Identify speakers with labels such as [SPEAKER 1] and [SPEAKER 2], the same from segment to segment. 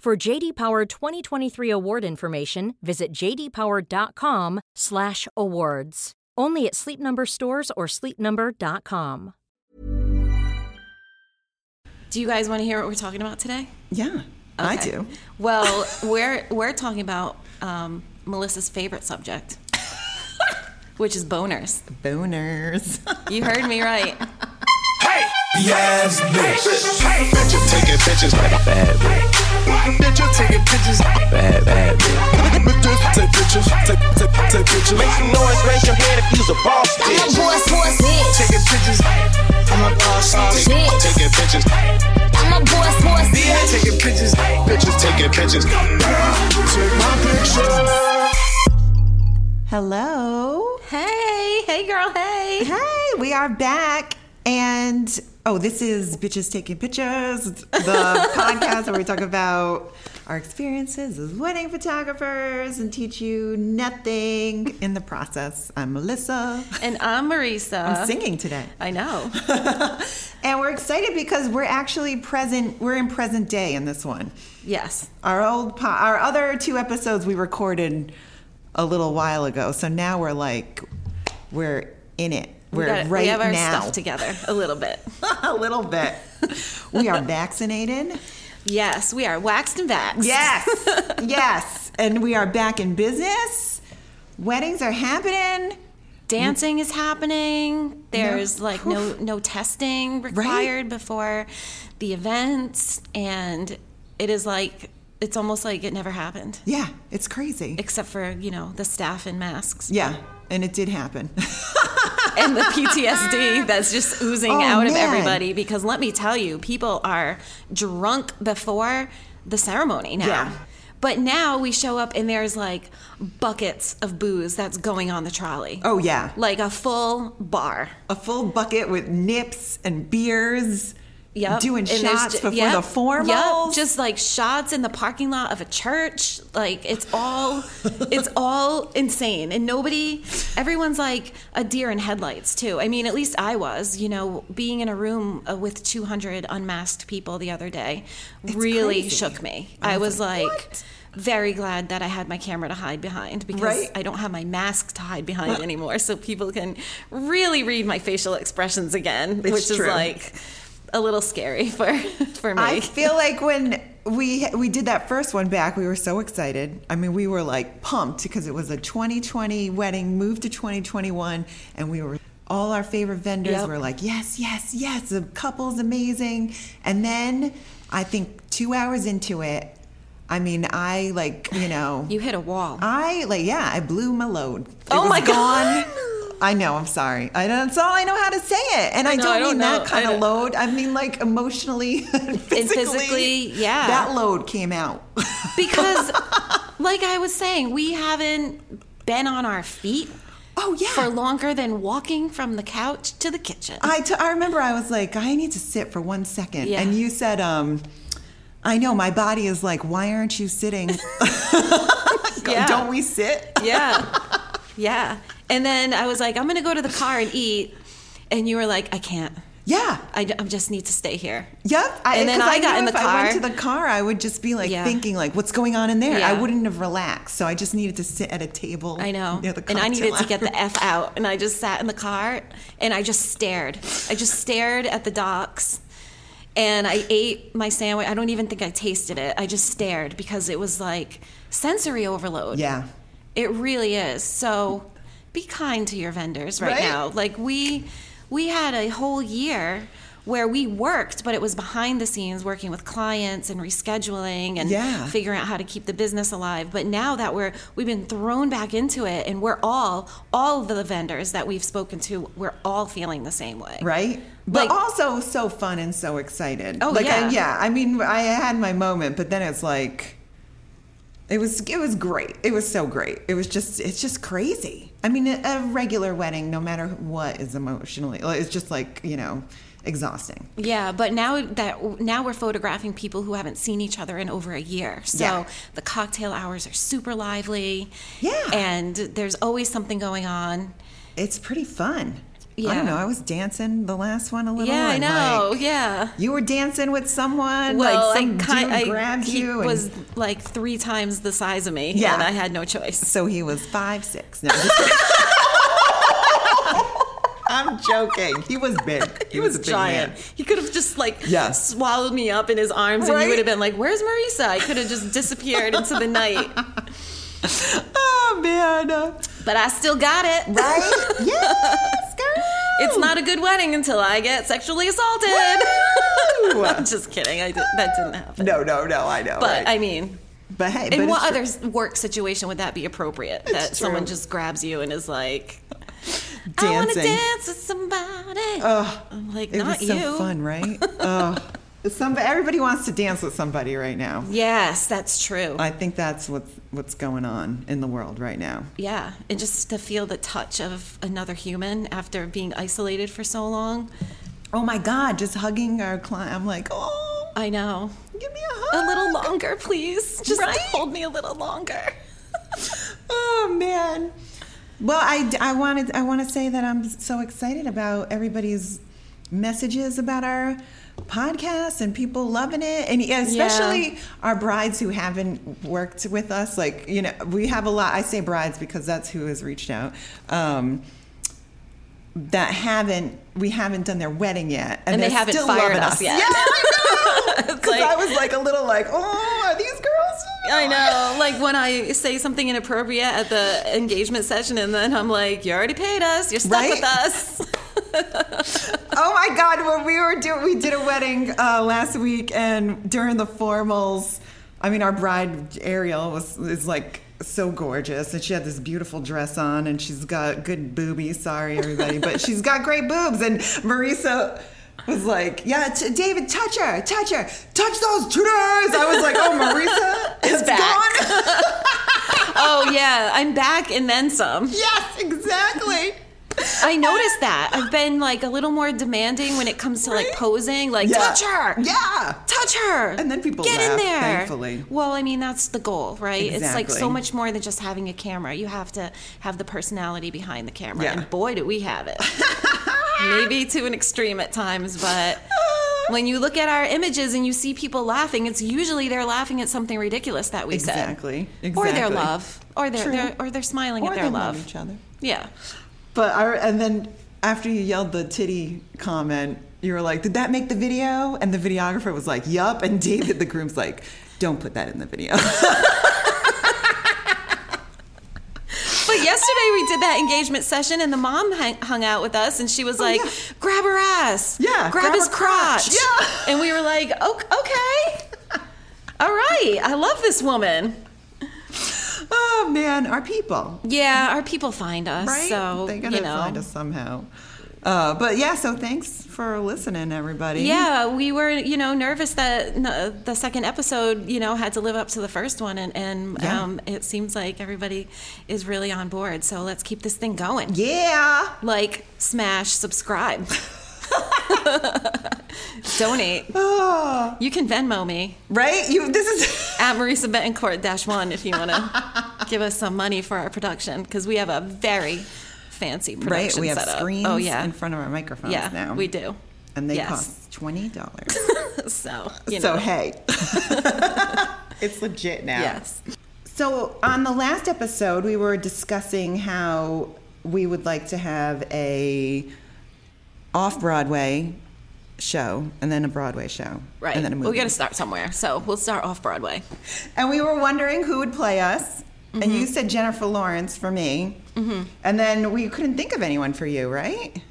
[SPEAKER 1] For JD Power 2023 award information, visit jdpower.com/awards. Only at Sleep Number stores or sleepnumber.com.
[SPEAKER 2] Do you guys want to hear what we're talking about today?
[SPEAKER 3] Yeah, I
[SPEAKER 2] Okay.
[SPEAKER 3] do.
[SPEAKER 2] Well, we're we're talking about um, Melissa's favorite subject, which is boners.
[SPEAKER 3] Boners.
[SPEAKER 2] You heard me right.
[SPEAKER 4] Yes, bitch. Bet you taking pictures. Bad bitch. Bet you taking pictures. Bad bad bitch. Take pictures. Take take take pictures. Make some noise. Raise your hand if you's a boss
[SPEAKER 5] I'm a
[SPEAKER 4] bitch.
[SPEAKER 5] boss, boss bitch.
[SPEAKER 4] Taking pictures. I'm a boss
[SPEAKER 5] Bitch.
[SPEAKER 4] bitch. Taking pictures.
[SPEAKER 5] I'm a boss, boss bitch.
[SPEAKER 4] Taking pictures. Bitches taking pictures. Take my picture.
[SPEAKER 3] Hello.
[SPEAKER 2] Hey, hey, girl, hey.
[SPEAKER 3] Hey, we are back. And oh, this is Bitches Taking Pictures, the podcast where we talk about our experiences as wedding photographers and teach you nothing in the process. I'm Melissa.
[SPEAKER 2] And I'm Marisa.
[SPEAKER 3] I'm singing today.
[SPEAKER 2] I know.
[SPEAKER 3] and we're excited because we're actually present, we're in present day in this one.
[SPEAKER 2] Yes.
[SPEAKER 3] Our old po- our other two episodes we recorded a little while ago, so now we're like we're in it. We're
[SPEAKER 2] we got it.
[SPEAKER 3] right
[SPEAKER 2] we have our
[SPEAKER 3] now.
[SPEAKER 2] stuff together a little bit.
[SPEAKER 3] a little bit. We are vaccinated.
[SPEAKER 2] Yes, we are waxed and vaxxed.
[SPEAKER 3] Yes, yes, and we are back in business. Weddings are happening.
[SPEAKER 2] Dancing is happening. There's like no no testing required before the events and it is like it's almost like it never happened.
[SPEAKER 3] Yeah, it's crazy.
[SPEAKER 2] Except for, you know, the staff in masks
[SPEAKER 3] Yeah, and it did happen.
[SPEAKER 2] and the PTSD that's just oozing
[SPEAKER 3] Oh,
[SPEAKER 2] out of
[SPEAKER 3] man.
[SPEAKER 2] everybody. Because let me tell you, people are drunk before the ceremony now.
[SPEAKER 3] Yeah.
[SPEAKER 2] But now we show up and there's like buckets of booze that's going on the trolley.
[SPEAKER 3] Oh yeah,
[SPEAKER 2] Like a full bar.
[SPEAKER 3] a full bucket with nips and beers.
[SPEAKER 2] Yep.
[SPEAKER 3] doing
[SPEAKER 2] And there's
[SPEAKER 3] shots
[SPEAKER 2] ju-
[SPEAKER 3] before
[SPEAKER 2] yep,
[SPEAKER 3] the formals.
[SPEAKER 2] Yep. Just like shots in the parking lot of a church. Like it's all it's all insane. And nobody everyone's like a deer in headlights too. I mean, at least I was, you know, being in a room uh, with 200 unmasked people the other day really
[SPEAKER 3] crazy.
[SPEAKER 2] shook me. I was like, very glad that I had my camera to hide behind because
[SPEAKER 3] Right.
[SPEAKER 2] I don't have my mask to hide behind anymore, so people can really read my facial expressions again, which is
[SPEAKER 3] true.
[SPEAKER 2] like a little scary for for me.
[SPEAKER 3] I feel like when we we did that first one back, we were so excited. I mean, we were like pumped because it was a 2020 wedding, moved to 2021, and we were all our favorite vendors
[SPEAKER 2] Yep.
[SPEAKER 3] were like, yes, yes, yes, the couple's amazing. And then I think two hours into it, I mean, I like you know,
[SPEAKER 2] you hit a wall.
[SPEAKER 3] I like yeah, I blew my load. It
[SPEAKER 2] Oh
[SPEAKER 3] was
[SPEAKER 2] my God.
[SPEAKER 3] gone. I know. I'm sorry. I don't. That's all I know how to say it, and I,
[SPEAKER 2] know,
[SPEAKER 3] don't
[SPEAKER 2] I don't
[SPEAKER 3] mean
[SPEAKER 2] know.
[SPEAKER 3] that
[SPEAKER 2] I
[SPEAKER 3] kind
[SPEAKER 2] don't-
[SPEAKER 3] of load. I mean like emotionally, and physically.
[SPEAKER 2] physically, yeah.
[SPEAKER 3] That load came out.
[SPEAKER 2] because like I was saying, we haven't been on our feet
[SPEAKER 3] oh yeah.
[SPEAKER 2] for longer than walking from the couch to the kitchen.
[SPEAKER 3] I, t- I remember I was like, I need to sit for one second,
[SPEAKER 2] Yeah.
[SPEAKER 3] and you said, um, I know my body is like, why aren't you sitting?
[SPEAKER 2] Yeah.
[SPEAKER 3] Don't we sit?
[SPEAKER 2] Yeah. Yeah. And then I was like, I'm going to go to the car and eat. And you were like, I can't.
[SPEAKER 3] Yeah.
[SPEAKER 2] I, I just need to stay here.
[SPEAKER 3] Yep. I,
[SPEAKER 2] And then
[SPEAKER 3] 'cause
[SPEAKER 2] I got
[SPEAKER 3] knew
[SPEAKER 2] in
[SPEAKER 3] if
[SPEAKER 2] the
[SPEAKER 3] I went
[SPEAKER 2] car.
[SPEAKER 3] to the car, I would just be like
[SPEAKER 2] Yeah.
[SPEAKER 3] thinking, like, what's going on in there? I
[SPEAKER 2] Yeah.
[SPEAKER 3] wouldn't have relaxed. So I just needed to sit at a table.
[SPEAKER 2] I know.
[SPEAKER 3] Near the
[SPEAKER 2] and I needed to
[SPEAKER 3] cocktail
[SPEAKER 2] get the
[SPEAKER 3] hour.
[SPEAKER 2] F out. And I just sat in the car and I just stared. I just stared at the docks. And I ate my sandwich. I don't even think I tasted it. I just stared because it was like sensory overload.
[SPEAKER 3] Yeah.
[SPEAKER 2] It really is. So be kind to your vendors right,
[SPEAKER 3] Right?
[SPEAKER 2] now. Like we we had a whole year where we worked, but it was behind the scenes working with clients and rescheduling and
[SPEAKER 3] Yeah.
[SPEAKER 2] figuring out how to keep the business alive. But now that we're we've been thrown back into it and we're all all of the vendors that we've spoken to, we're all feeling the same way.
[SPEAKER 3] right? But
[SPEAKER 2] Like-
[SPEAKER 3] also so fun and so excited.
[SPEAKER 2] Oh,
[SPEAKER 3] like,
[SPEAKER 2] yeah.
[SPEAKER 3] I, yeah. I mean, I had my moment, but then it's like, it was it was great. It was so great. It was just it's just crazy. I mean, a, a regular wedding, no matter what, is emotionally. It's just like you know, exhausting.
[SPEAKER 2] Yeah, but now that now we're photographing people who haven't seen each other in over a year. So
[SPEAKER 3] Yeah.
[SPEAKER 2] the cocktail hours are super lively.
[SPEAKER 3] Yeah.
[SPEAKER 2] And there's always something going on.
[SPEAKER 3] It's pretty fun. I
[SPEAKER 2] Yeah.
[SPEAKER 3] don't know. I was dancing the last one a little.
[SPEAKER 2] yeah, I
[SPEAKER 3] and,
[SPEAKER 2] know.
[SPEAKER 3] like,
[SPEAKER 2] yeah.
[SPEAKER 3] You were dancing with someone. like some
[SPEAKER 2] kin-
[SPEAKER 3] dude grabbed
[SPEAKER 2] he
[SPEAKER 3] you. and-
[SPEAKER 2] was like three times the size of me,
[SPEAKER 3] Yeah.
[SPEAKER 2] and I had no choice.
[SPEAKER 3] So he was five six. No, just kidding. I'm joking. He was big.
[SPEAKER 2] He was, giant. He could have just like
[SPEAKER 3] Yeah.
[SPEAKER 2] swallowed me up in his arms, and
[SPEAKER 3] Right?
[SPEAKER 2] you would have been like, "Where's Marisa?" I could have just disappeared into the night,
[SPEAKER 3] Oh man.
[SPEAKER 2] but I still got it.
[SPEAKER 3] Right? yes, girl.
[SPEAKER 2] It's not a good wedding until I get sexually assaulted. I'm just kidding. I did, that didn't happen.
[SPEAKER 3] No, no, no. I know.
[SPEAKER 2] But
[SPEAKER 3] right?
[SPEAKER 2] I mean,
[SPEAKER 3] but hey, but
[SPEAKER 2] in
[SPEAKER 3] it's
[SPEAKER 2] what
[SPEAKER 3] true.
[SPEAKER 2] other s- work situation would that be appropriate? that someone
[SPEAKER 3] true.
[SPEAKER 2] just grabs you and is like, "I want to
[SPEAKER 3] dancing?
[SPEAKER 2] dance with somebody." I'm like,
[SPEAKER 3] it
[SPEAKER 2] not
[SPEAKER 3] was so
[SPEAKER 2] you.
[SPEAKER 3] fun, right? oh, somebody. Everybody wants to dance with somebody right now.
[SPEAKER 2] Yes, that's true.
[SPEAKER 3] I think that's what's what's going on in the world right now.
[SPEAKER 2] yeah, and just to feel the touch of another human after being isolated for so long.
[SPEAKER 3] Oh my God! Just hugging our client. I'm like, oh,
[SPEAKER 2] I know.
[SPEAKER 3] give me a
[SPEAKER 2] A
[SPEAKER 3] hug.
[SPEAKER 2] little longer, please. Just
[SPEAKER 3] Right?
[SPEAKER 2] hold me a little longer.
[SPEAKER 3] Oh man. Well, I, I wanted I want to say that I'm so excited about everybody's messages about our podcast and people loving it, and especially our brides who haven't worked with us. Like you know, we have a lot. I say brides because that's who has reached out. Um, that haven't we haven't done their wedding yet,
[SPEAKER 2] And they
[SPEAKER 3] they're
[SPEAKER 2] haven't
[SPEAKER 3] still
[SPEAKER 2] fired
[SPEAKER 3] loving
[SPEAKER 2] us yet.
[SPEAKER 3] Yeah, I know. Because
[SPEAKER 2] like-
[SPEAKER 3] I was like a little like, oh, are these girls?
[SPEAKER 2] I know. Like when I say something inappropriate at the engagement session, and then I'm like, "You already paid us. You're stuck
[SPEAKER 3] Right?
[SPEAKER 2] with us."
[SPEAKER 3] Oh my God! When we were do, we did a wedding uh, last week, and during the formals, I mean, our bride Ariel was is like so gorgeous, and she had this beautiful dress on, and she's got good boobies. Sorry, everybody, but she's got great boobs, and Marisa. Was like, yeah, t- David, touch her, touch her, touch those tutors. I was like, oh, Marisa is
[SPEAKER 2] back.
[SPEAKER 3] gone.
[SPEAKER 2] oh yeah, I'm back and then some.
[SPEAKER 3] yes, exactly.
[SPEAKER 2] I noticed that. I've been like a little more demanding when it comes to like
[SPEAKER 3] Right?
[SPEAKER 2] posing. Like
[SPEAKER 3] Yeah.
[SPEAKER 2] touch her.
[SPEAKER 3] Yeah.
[SPEAKER 2] Touch her.
[SPEAKER 3] And then people
[SPEAKER 2] get in
[SPEAKER 3] laugh,
[SPEAKER 2] there.
[SPEAKER 3] thankfully.
[SPEAKER 2] Well, I mean that's the goal, right? It's like so
[SPEAKER 3] Exactly.
[SPEAKER 2] much more than just having a camera. You have to have the personality behind the camera.
[SPEAKER 3] Yeah.
[SPEAKER 2] And boy do we have it. Maybe to an extreme at times, but when you look at our images and you see people laughing, it's usually they're laughing at something ridiculous that we
[SPEAKER 3] Exactly.
[SPEAKER 2] said. Or their
[SPEAKER 3] Exactly.
[SPEAKER 2] love. Or their,
[SPEAKER 3] True.
[SPEAKER 2] their or they're smiling
[SPEAKER 3] Or
[SPEAKER 2] at
[SPEAKER 3] they
[SPEAKER 2] their love.
[SPEAKER 3] love each other.
[SPEAKER 2] Yeah.
[SPEAKER 3] But I, and then after you yelled the titty comment, you were like, "Did that make the video?" And the videographer was like, "Yup." And David, the groom's like, "Don't put that in the video."
[SPEAKER 2] But yesterday we did that engagement session, and the mom hung, hung out with us, and she was like,
[SPEAKER 3] Oh, yeah.
[SPEAKER 2] "Grab her ass,
[SPEAKER 3] Yeah,
[SPEAKER 2] grab,
[SPEAKER 3] grab
[SPEAKER 2] his
[SPEAKER 3] her
[SPEAKER 2] crotch.
[SPEAKER 3] crotch. Yeah.
[SPEAKER 2] And we were like, "O- "Okay, all right, I love this woman."
[SPEAKER 3] oh man, our people,
[SPEAKER 2] Yeah, our people find us,
[SPEAKER 3] right?
[SPEAKER 2] so
[SPEAKER 3] They're gonna
[SPEAKER 2] you know.
[SPEAKER 3] find us somehow. Uh, but yeah, so thanks for listening, everybody.
[SPEAKER 2] Yeah, we were, you know, nervous that n- the second episode, you know, had to live up to the first one, and, and
[SPEAKER 3] Yeah.
[SPEAKER 2] um, it seems like everybody is really on board. So let's keep this thing going.
[SPEAKER 3] Yeah.
[SPEAKER 2] Like, smash, subscribe, donate.
[SPEAKER 3] Oh,
[SPEAKER 2] You can Venmo me
[SPEAKER 3] right? You. This is.
[SPEAKER 2] at Marisa Betancourt dash one if you want to give us some money for our production because we have a very fancy production
[SPEAKER 3] Right, we have
[SPEAKER 2] setup.
[SPEAKER 3] screens
[SPEAKER 2] oh yeah,
[SPEAKER 3] in front of our microphones
[SPEAKER 2] yeah,
[SPEAKER 3] now.
[SPEAKER 2] we do.
[SPEAKER 3] And they
[SPEAKER 2] Yes.
[SPEAKER 3] cost twenty dollars.
[SPEAKER 2] So you know,
[SPEAKER 3] so hey, it's legit now.
[SPEAKER 2] yes,
[SPEAKER 3] So, on the last episode, we were discussing how we would like to have a off Broadway show and then a Broadway show.
[SPEAKER 2] Right.
[SPEAKER 3] And then a movie.
[SPEAKER 2] We got to start somewhere. So we'll start off Broadway.
[SPEAKER 3] and we were wondering who would play us.
[SPEAKER 2] Mm-hmm.
[SPEAKER 3] And you said Jennifer Lawrence for me. And then we couldn't think of anyone for you, right?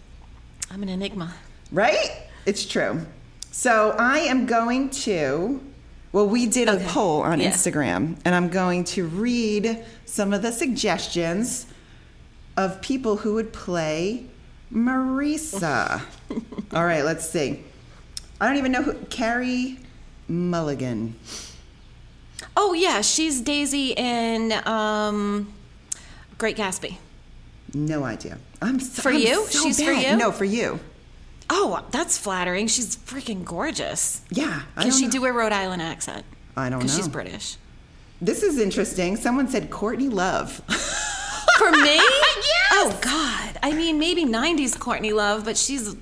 [SPEAKER 2] I'm an enigma.
[SPEAKER 3] Right? It's true. So I am going to. Well, we did a
[SPEAKER 2] Okay.
[SPEAKER 3] poll on
[SPEAKER 2] Yeah.
[SPEAKER 3] Instagram, and I'm going to read some of the suggestions of people who would play Marisa. All right, let's see. I don't even know who. Carrie Mulligan.
[SPEAKER 2] Oh yeah, she's Daisy in um, Great Gatsby.
[SPEAKER 3] No idea. I'm so,
[SPEAKER 2] For
[SPEAKER 3] I'm
[SPEAKER 2] you?
[SPEAKER 3] so
[SPEAKER 2] She's for
[SPEAKER 3] bad.
[SPEAKER 2] you?
[SPEAKER 3] No, for you.
[SPEAKER 2] Oh, that's flattering. She's freaking gorgeous.
[SPEAKER 3] Yeah. I
[SPEAKER 2] Can
[SPEAKER 3] don't
[SPEAKER 2] she
[SPEAKER 3] know.
[SPEAKER 2] do a Rhode Island accent?
[SPEAKER 3] I don't know.
[SPEAKER 2] Because she's British.
[SPEAKER 3] This is interesting. Someone said Courtney Love.
[SPEAKER 2] For me? Oh God. I mean, maybe '90s Courtney Love, but she's. Have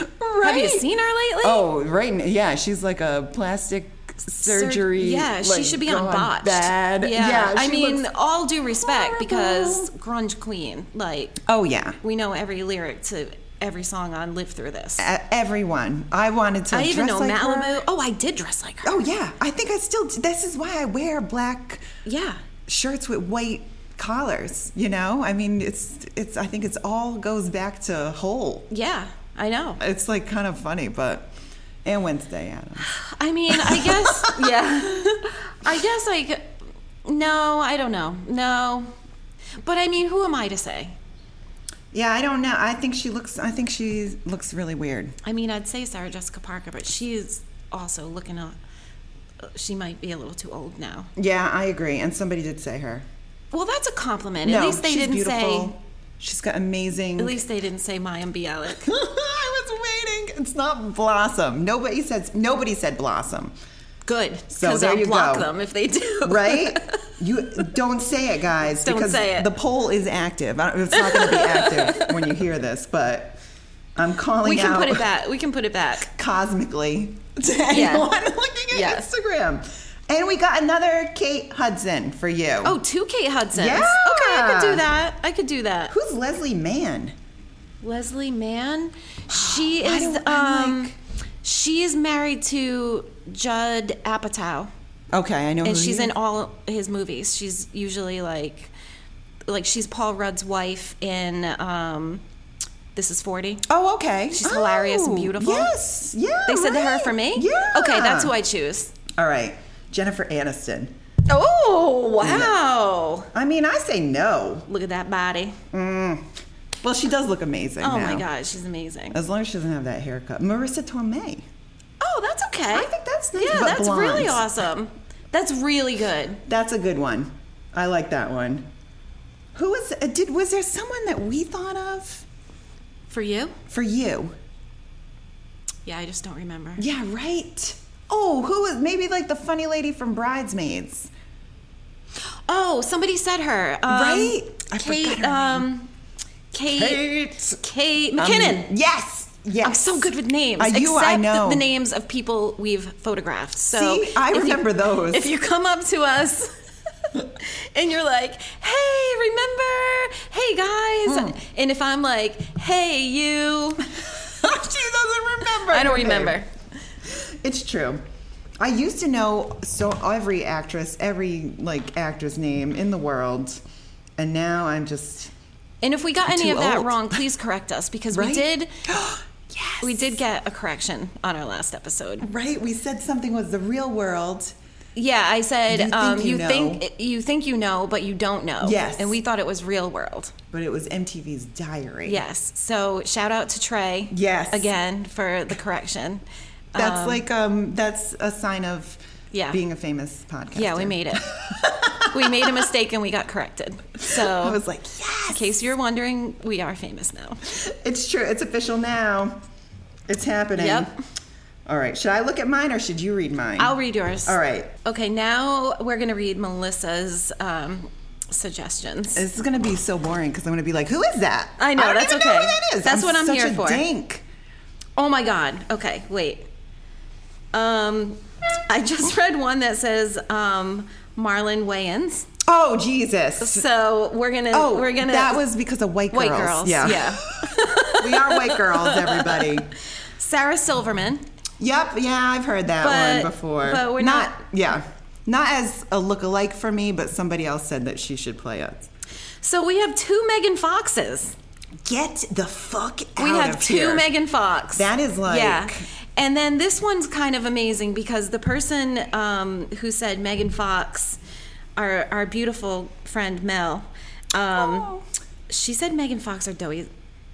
[SPEAKER 2] you
[SPEAKER 3] Right.
[SPEAKER 2] seen her lately?
[SPEAKER 3] Oh, right. n- Yeah, she's like a plastic surgery.
[SPEAKER 2] Yeah, she
[SPEAKER 3] like,
[SPEAKER 2] should be on
[SPEAKER 3] gone
[SPEAKER 2] botched.
[SPEAKER 3] Bad.
[SPEAKER 2] Yeah. I
[SPEAKER 3] she
[SPEAKER 2] mean,
[SPEAKER 3] looks-
[SPEAKER 2] all due respect because grunge queen. Like
[SPEAKER 3] oh yeah,
[SPEAKER 2] we know every lyric to every song on "Live Through This."
[SPEAKER 3] E- everyone. I wanted to.
[SPEAKER 2] I even
[SPEAKER 3] dress
[SPEAKER 2] know
[SPEAKER 3] like her.
[SPEAKER 2] Malibu. Oh, I did dress like her.
[SPEAKER 3] Oh yeah, I think I still. This is why I wear black
[SPEAKER 2] Yeah.
[SPEAKER 3] shirts with white collars. You know, I mean, it's it's. I think it's all goes back to whole.
[SPEAKER 2] Yeah, I know.
[SPEAKER 3] It's like kind of funny, but and Wednesday Adams.
[SPEAKER 2] I mean, I guess, yeah. I guess, like, no, I don't know. No. But I mean, who am I to say?
[SPEAKER 3] Yeah, I don't know. I think she looks. I think she looks really weird.
[SPEAKER 2] I mean, I'd say Sarah Jessica Parker, but she's also looking up. She might be a little too old now.
[SPEAKER 3] Yeah, I agree. And somebody did say her.
[SPEAKER 2] Well, that's a compliment. at least they
[SPEAKER 3] she's
[SPEAKER 2] didn't
[SPEAKER 3] beautiful.
[SPEAKER 2] say.
[SPEAKER 3] She's got amazing.
[SPEAKER 2] At least they didn't say Mayim Bialik.
[SPEAKER 3] I was waiting. It's not Blossom. Nobody says. Nobody said Blossom,
[SPEAKER 2] Good,
[SPEAKER 3] So
[SPEAKER 2] because
[SPEAKER 3] there
[SPEAKER 2] I'll
[SPEAKER 3] you
[SPEAKER 2] block
[SPEAKER 3] go.
[SPEAKER 2] them if they do.
[SPEAKER 3] right? you don't say it, guys.
[SPEAKER 2] Don't
[SPEAKER 3] because
[SPEAKER 2] say it.
[SPEAKER 3] The poll is active. I don't, it's not going to be active when you hear this, but I'm calling
[SPEAKER 2] We can
[SPEAKER 3] out
[SPEAKER 2] put it back. We can put it back.
[SPEAKER 3] cosmically to anyone looking at
[SPEAKER 2] Yeah.
[SPEAKER 3] Instagram. And we got another Kate Hudson for you.
[SPEAKER 2] Oh, two Kate Hudsons.
[SPEAKER 3] Yeah.
[SPEAKER 2] Okay, I could do that. I could do that.
[SPEAKER 3] who's Leslie Mann?
[SPEAKER 2] Leslie Mann. She
[SPEAKER 3] I
[SPEAKER 2] is
[SPEAKER 3] don't- I'm
[SPEAKER 2] um
[SPEAKER 3] like-
[SPEAKER 2] she is married to Judd Apatow
[SPEAKER 3] Okay, I know.
[SPEAKER 2] and
[SPEAKER 3] who
[SPEAKER 2] she's
[SPEAKER 3] he
[SPEAKER 2] in
[SPEAKER 3] is.
[SPEAKER 2] all his movies. She's usually like like she's Paul Rudd's wife in um This is 40.
[SPEAKER 3] Oh, okay.
[SPEAKER 2] She's hilarious and
[SPEAKER 3] Oh,
[SPEAKER 2] beautiful.
[SPEAKER 3] Yes, yeah.
[SPEAKER 2] They said to her
[SPEAKER 3] right.
[SPEAKER 2] for me?
[SPEAKER 3] Yeah.
[SPEAKER 2] Okay, that's who I choose.
[SPEAKER 3] All right, Jennifer Aniston.
[SPEAKER 2] Oh, wow.
[SPEAKER 3] I mean, I say no.
[SPEAKER 2] Look at that body.
[SPEAKER 3] Well, she does look amazing.
[SPEAKER 2] Oh
[SPEAKER 3] now.
[SPEAKER 2] my god, she's amazing.
[SPEAKER 3] As long as she doesn't have that haircut, Marissa Tomei.
[SPEAKER 2] Oh, that's okay.
[SPEAKER 3] I think that's nice,
[SPEAKER 2] Yeah,
[SPEAKER 3] but
[SPEAKER 2] that's really
[SPEAKER 3] blonde.
[SPEAKER 2] awesome. That's really good.
[SPEAKER 3] That's a good one. I like that one. Who was uh, did was there someone that we thought of
[SPEAKER 2] For you?
[SPEAKER 3] for you?
[SPEAKER 2] Yeah, I just don't remember.
[SPEAKER 3] Yeah, right. Oh, who was maybe like the funny lady from Bridesmaids?
[SPEAKER 2] Oh, somebody said her. Um,
[SPEAKER 3] Right? I forgot
[SPEAKER 2] Kate.
[SPEAKER 3] her name.
[SPEAKER 2] Um, Kate.
[SPEAKER 3] Kate.
[SPEAKER 2] Kate
[SPEAKER 3] Um,
[SPEAKER 2] McKinnon.
[SPEAKER 3] yes. Yes.
[SPEAKER 2] I'm so good with names.
[SPEAKER 3] Are you?
[SPEAKER 2] except
[SPEAKER 3] I know.
[SPEAKER 2] the names of people we've photographed. So
[SPEAKER 3] See, I
[SPEAKER 2] if you-
[SPEAKER 3] remember those.
[SPEAKER 2] If you come up to us and you're like, "Hey, remember? Hey,
[SPEAKER 3] Hmm.
[SPEAKER 2] guys," and if I'm like, "Hey, you,"
[SPEAKER 3] she doesn't remember.
[SPEAKER 2] I don't
[SPEAKER 3] her name.
[SPEAKER 2] remember.
[SPEAKER 3] It's true. I used to know so every actress, every like actor's name in the world, and now I'm just
[SPEAKER 2] And if we got any
[SPEAKER 3] too
[SPEAKER 2] of that
[SPEAKER 3] old.
[SPEAKER 2] wrong, please correct us because we
[SPEAKER 3] Right?
[SPEAKER 2] did. We did get a correction on our last episode.
[SPEAKER 3] right. We said something was the real world.
[SPEAKER 2] Yeah, I said
[SPEAKER 3] You think
[SPEAKER 2] um,
[SPEAKER 3] you
[SPEAKER 2] you,
[SPEAKER 3] know.
[SPEAKER 2] think you think you know, but you don't know.
[SPEAKER 3] Yes.
[SPEAKER 2] and we thought it was real world.
[SPEAKER 3] But it was MTV's diary.
[SPEAKER 2] Yes. So shout out to Trey.
[SPEAKER 3] Yes.
[SPEAKER 2] Again for the correction.
[SPEAKER 3] That's
[SPEAKER 2] Um,
[SPEAKER 3] like um that's a sign of
[SPEAKER 2] Yeah.
[SPEAKER 3] being a famous podcast.
[SPEAKER 2] yeah, we made it. we made a mistake and we got corrected. So
[SPEAKER 3] I was like, yes.
[SPEAKER 2] in case you're wondering, we are famous now.
[SPEAKER 3] It's true. It's official now. It's happening.
[SPEAKER 2] Yep.
[SPEAKER 3] All right. Should I look at mine or should you read mine?
[SPEAKER 2] I'll read yours.
[SPEAKER 3] All right.
[SPEAKER 2] Okay, now we're gonna read Melissa's um, suggestions.
[SPEAKER 3] This is gonna be so boring because I'm gonna be like, "Who is that?"
[SPEAKER 2] I know,
[SPEAKER 3] I don't
[SPEAKER 2] that's
[SPEAKER 3] even Know
[SPEAKER 2] okay.
[SPEAKER 3] who that is.
[SPEAKER 2] That's
[SPEAKER 3] I'm
[SPEAKER 2] what I'm
[SPEAKER 3] such
[SPEAKER 2] here
[SPEAKER 3] a
[SPEAKER 2] for.
[SPEAKER 3] Dink.
[SPEAKER 2] Oh my God. Okay, wait. Um, I just read one that says um, Marlon Wayans.
[SPEAKER 3] Oh Jesus!
[SPEAKER 2] So we're gonna.
[SPEAKER 3] Oh,
[SPEAKER 2] we're gonna.
[SPEAKER 3] that was because of white girls.
[SPEAKER 2] white girls.
[SPEAKER 3] Yeah,
[SPEAKER 2] yeah.
[SPEAKER 3] we are white girls, everybody.
[SPEAKER 2] Sarah Silverman.
[SPEAKER 3] Yep, yeah, I've heard that
[SPEAKER 2] But-
[SPEAKER 3] one before.
[SPEAKER 2] but we're not-
[SPEAKER 3] Yeah, not as a look-alike for me, but somebody else said that she should play it.
[SPEAKER 2] So we have two Megan Foxes.
[SPEAKER 3] Get the fuck out
[SPEAKER 2] We have
[SPEAKER 3] of
[SPEAKER 2] two
[SPEAKER 3] here.
[SPEAKER 2] Megan Fox.
[SPEAKER 3] That is like-
[SPEAKER 2] yeah. And then this one's kind of amazing because the person um, who said Megan Fox, our our beautiful friend Mel, um,
[SPEAKER 3] Oh.
[SPEAKER 2] she said Megan Fox or Zoe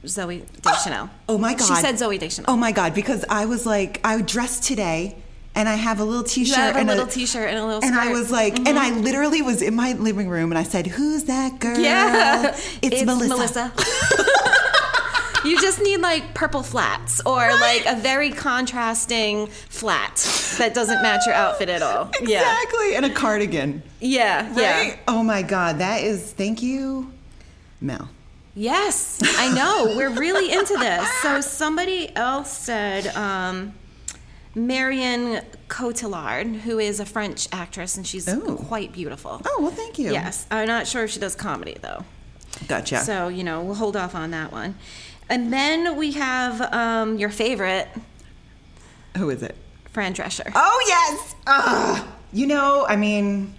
[SPEAKER 2] Zoe Deschanel.
[SPEAKER 3] Oh my god.
[SPEAKER 2] She said Zoe Deschanel.
[SPEAKER 3] Oh my god, because I was like, I dressed today. And I have a little T-shirt
[SPEAKER 2] have a
[SPEAKER 3] and
[SPEAKER 2] little T-shirt and a little
[SPEAKER 3] And I
[SPEAKER 2] skirt. Mm-hmm.
[SPEAKER 3] was like, and I literally was in my living room, and I said, "Who's that girl?
[SPEAKER 2] Yeah,
[SPEAKER 3] it's, Melissa."
[SPEAKER 2] you just need like purple flats or like a very contrasting flat that doesn't match your outfit at all. Yeah,
[SPEAKER 3] exactly, and a cardigan.
[SPEAKER 2] yeah, yeah.
[SPEAKER 3] Right? Oh my god, that is. Thank you, Mel.
[SPEAKER 2] Yes, I know. We're really into this. So somebody else said um, Marion Cotillard, who is a French actress, and she's
[SPEAKER 3] Ooh.
[SPEAKER 2] quite beautiful.
[SPEAKER 3] Oh well, thank you.
[SPEAKER 2] Yes, I'm not sure if she does comedy though.
[SPEAKER 3] Gotcha.
[SPEAKER 2] So, you know, we'll hold off on that one. And then we have um, your favorite,
[SPEAKER 3] Who is it?
[SPEAKER 2] Fran Drescher.
[SPEAKER 3] Oh yes. Ugh. You know, I mean,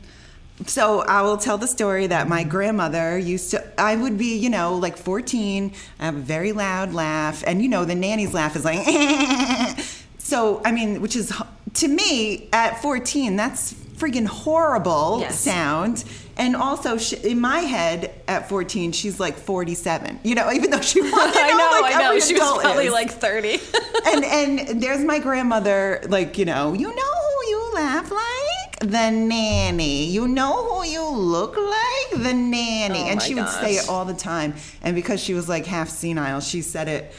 [SPEAKER 3] so I will tell the story that my grandmother used to. I would be, you know, like 14. I have a very loud laugh, and you know, the nanny's laugh is like. so I mean, which is to me at 14, that's freaking horrible
[SPEAKER 2] Yes.
[SPEAKER 3] sound. And also, she, in my head, at 14, she's like 47. You know, even though she, I know, Oh, like every adult is
[SPEAKER 2] 30.
[SPEAKER 3] and and there's my grandmother, like you know, you know who you laugh like the nanny. You know who you look like the nanny.
[SPEAKER 2] Oh
[SPEAKER 3] and
[SPEAKER 2] my
[SPEAKER 3] she would say
[SPEAKER 2] gosh.
[SPEAKER 3] it all the time. And because she was like half senile, she said it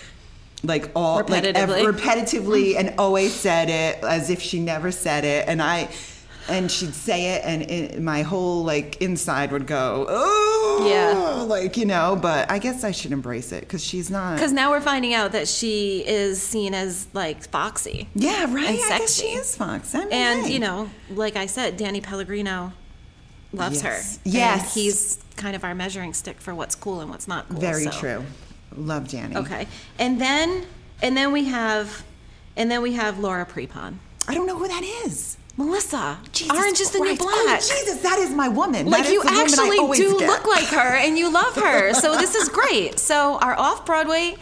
[SPEAKER 3] like all like
[SPEAKER 2] Repetitively. Mm.
[SPEAKER 3] ev- repetitively, and always said it as if she never said it. And I. And she'd say it, and it, my whole like inside would go, oh,
[SPEAKER 2] Yeah.
[SPEAKER 3] like you know. But I guess I should embrace it because she's not.
[SPEAKER 2] Because now we're finding out that she is seen as like foxy.
[SPEAKER 3] Yeah, right.
[SPEAKER 2] and
[SPEAKER 3] I guess she
[SPEAKER 2] sexy.
[SPEAKER 3] is Fox. I mean,
[SPEAKER 2] And,
[SPEAKER 3] hey.
[SPEAKER 2] you know, like I said, Danny Pellegrino loves
[SPEAKER 3] Yes.
[SPEAKER 2] her.
[SPEAKER 3] Yes.
[SPEAKER 2] And he's kind of our measuring stick for what's cool and what's not cool.
[SPEAKER 3] very
[SPEAKER 2] so.
[SPEAKER 3] true. Love Danny.
[SPEAKER 2] Okay. And then, and then we have, and then we have Laura Prepon.
[SPEAKER 3] I don't know who that is.
[SPEAKER 2] Melissa,
[SPEAKER 3] Jesus
[SPEAKER 2] Orange is the New
[SPEAKER 3] Christ.
[SPEAKER 2] Black.
[SPEAKER 3] Oh, Jesus, that is my woman.
[SPEAKER 2] like
[SPEAKER 3] That is
[SPEAKER 2] you
[SPEAKER 3] the woman I
[SPEAKER 2] actually
[SPEAKER 3] always
[SPEAKER 2] do
[SPEAKER 3] get.
[SPEAKER 2] look like her and you love her so this is great so our off-broadway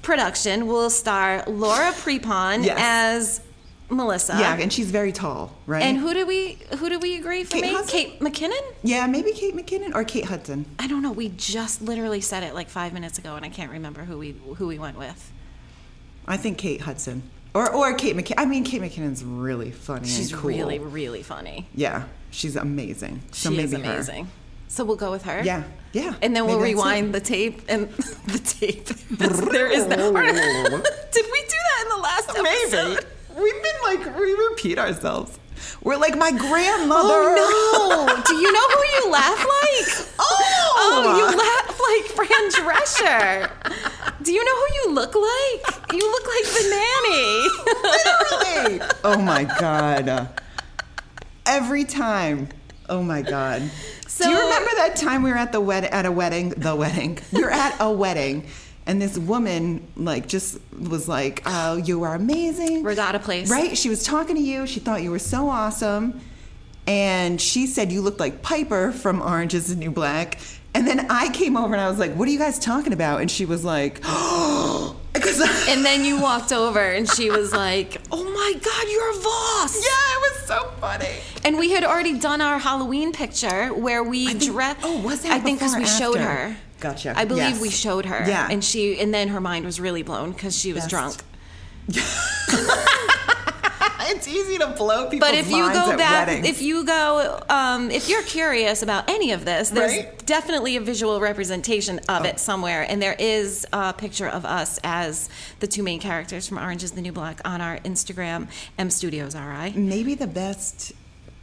[SPEAKER 2] production will star laura prepon
[SPEAKER 3] Yes.
[SPEAKER 2] as melissa
[SPEAKER 3] Yeah, and she's very tall, right?
[SPEAKER 2] and who do we who do we agree for
[SPEAKER 3] Kate
[SPEAKER 2] me
[SPEAKER 3] Hudson?
[SPEAKER 2] kate mckinnon
[SPEAKER 3] Yeah, maybe Kate McKinnon or Kate Hudson.
[SPEAKER 2] i don't know we just literally said it like five minutes ago and i can't remember who we who we went with
[SPEAKER 3] I think Kate Hudson or or Kate McKinnon. I mean, Kate McKinnon's really funny.
[SPEAKER 2] she's
[SPEAKER 3] and cool.
[SPEAKER 2] really really funny
[SPEAKER 3] yeah, she's amazing. So
[SPEAKER 2] she
[SPEAKER 3] maybe
[SPEAKER 2] is
[SPEAKER 3] her.
[SPEAKER 2] amazing so we'll go with her
[SPEAKER 3] Yeah, yeah.
[SPEAKER 2] and then we'll
[SPEAKER 3] Maybe that's it.
[SPEAKER 2] rewind the tape and the tape there is no did we do that in the last episode
[SPEAKER 3] Maybe we've been like we repeat ourselves. We're like my grandmother.
[SPEAKER 2] Oh no! Do you know who you laugh like?
[SPEAKER 3] Oh!
[SPEAKER 2] oh, you laugh like Fran Drescher. Do you know who you look like? You look like the nanny.
[SPEAKER 3] Literally. oh my god. Every time. Oh my god. Do you
[SPEAKER 2] So-
[SPEAKER 3] remember that time we were at the wed- at a wedding, the wedding. You're at a wedding and this woman like just was like, "Oh, you are amazing."
[SPEAKER 2] Regatta place.
[SPEAKER 3] Right? She was talking to you. She thought you were so awesome. And she said you looked like Piper from Orange is the New Black. And then I came over and I was like, "What are you guys talking about?" And she was like, "Oh."
[SPEAKER 2] and then you walked over, and she was like, "Oh my God, you're a Voss!"
[SPEAKER 3] Yeah, it was so funny.
[SPEAKER 2] And we had already done our Halloween picture where we dressed.
[SPEAKER 3] oh, was that
[SPEAKER 2] I think because we
[SPEAKER 3] before or
[SPEAKER 2] showed
[SPEAKER 3] after?
[SPEAKER 2] her.
[SPEAKER 3] Gotcha.
[SPEAKER 2] I believe
[SPEAKER 3] Yes.
[SPEAKER 2] we showed her.
[SPEAKER 3] Yeah.
[SPEAKER 2] And she, and then her mind was really blown because she was
[SPEAKER 3] Best.
[SPEAKER 2] drunk.
[SPEAKER 3] It's easy to blow people's
[SPEAKER 2] But if you
[SPEAKER 3] minds
[SPEAKER 2] go
[SPEAKER 3] at
[SPEAKER 2] back,
[SPEAKER 3] weddings.
[SPEAKER 2] if you go, um, if you're curious about any of this, there's
[SPEAKER 3] Right? Oh.
[SPEAKER 2] definitely a visual representation of it somewhere, and there is a picture of us as the two main characters from Orange Is the New Black on our Instagram, M Studios RI.
[SPEAKER 3] maybe the best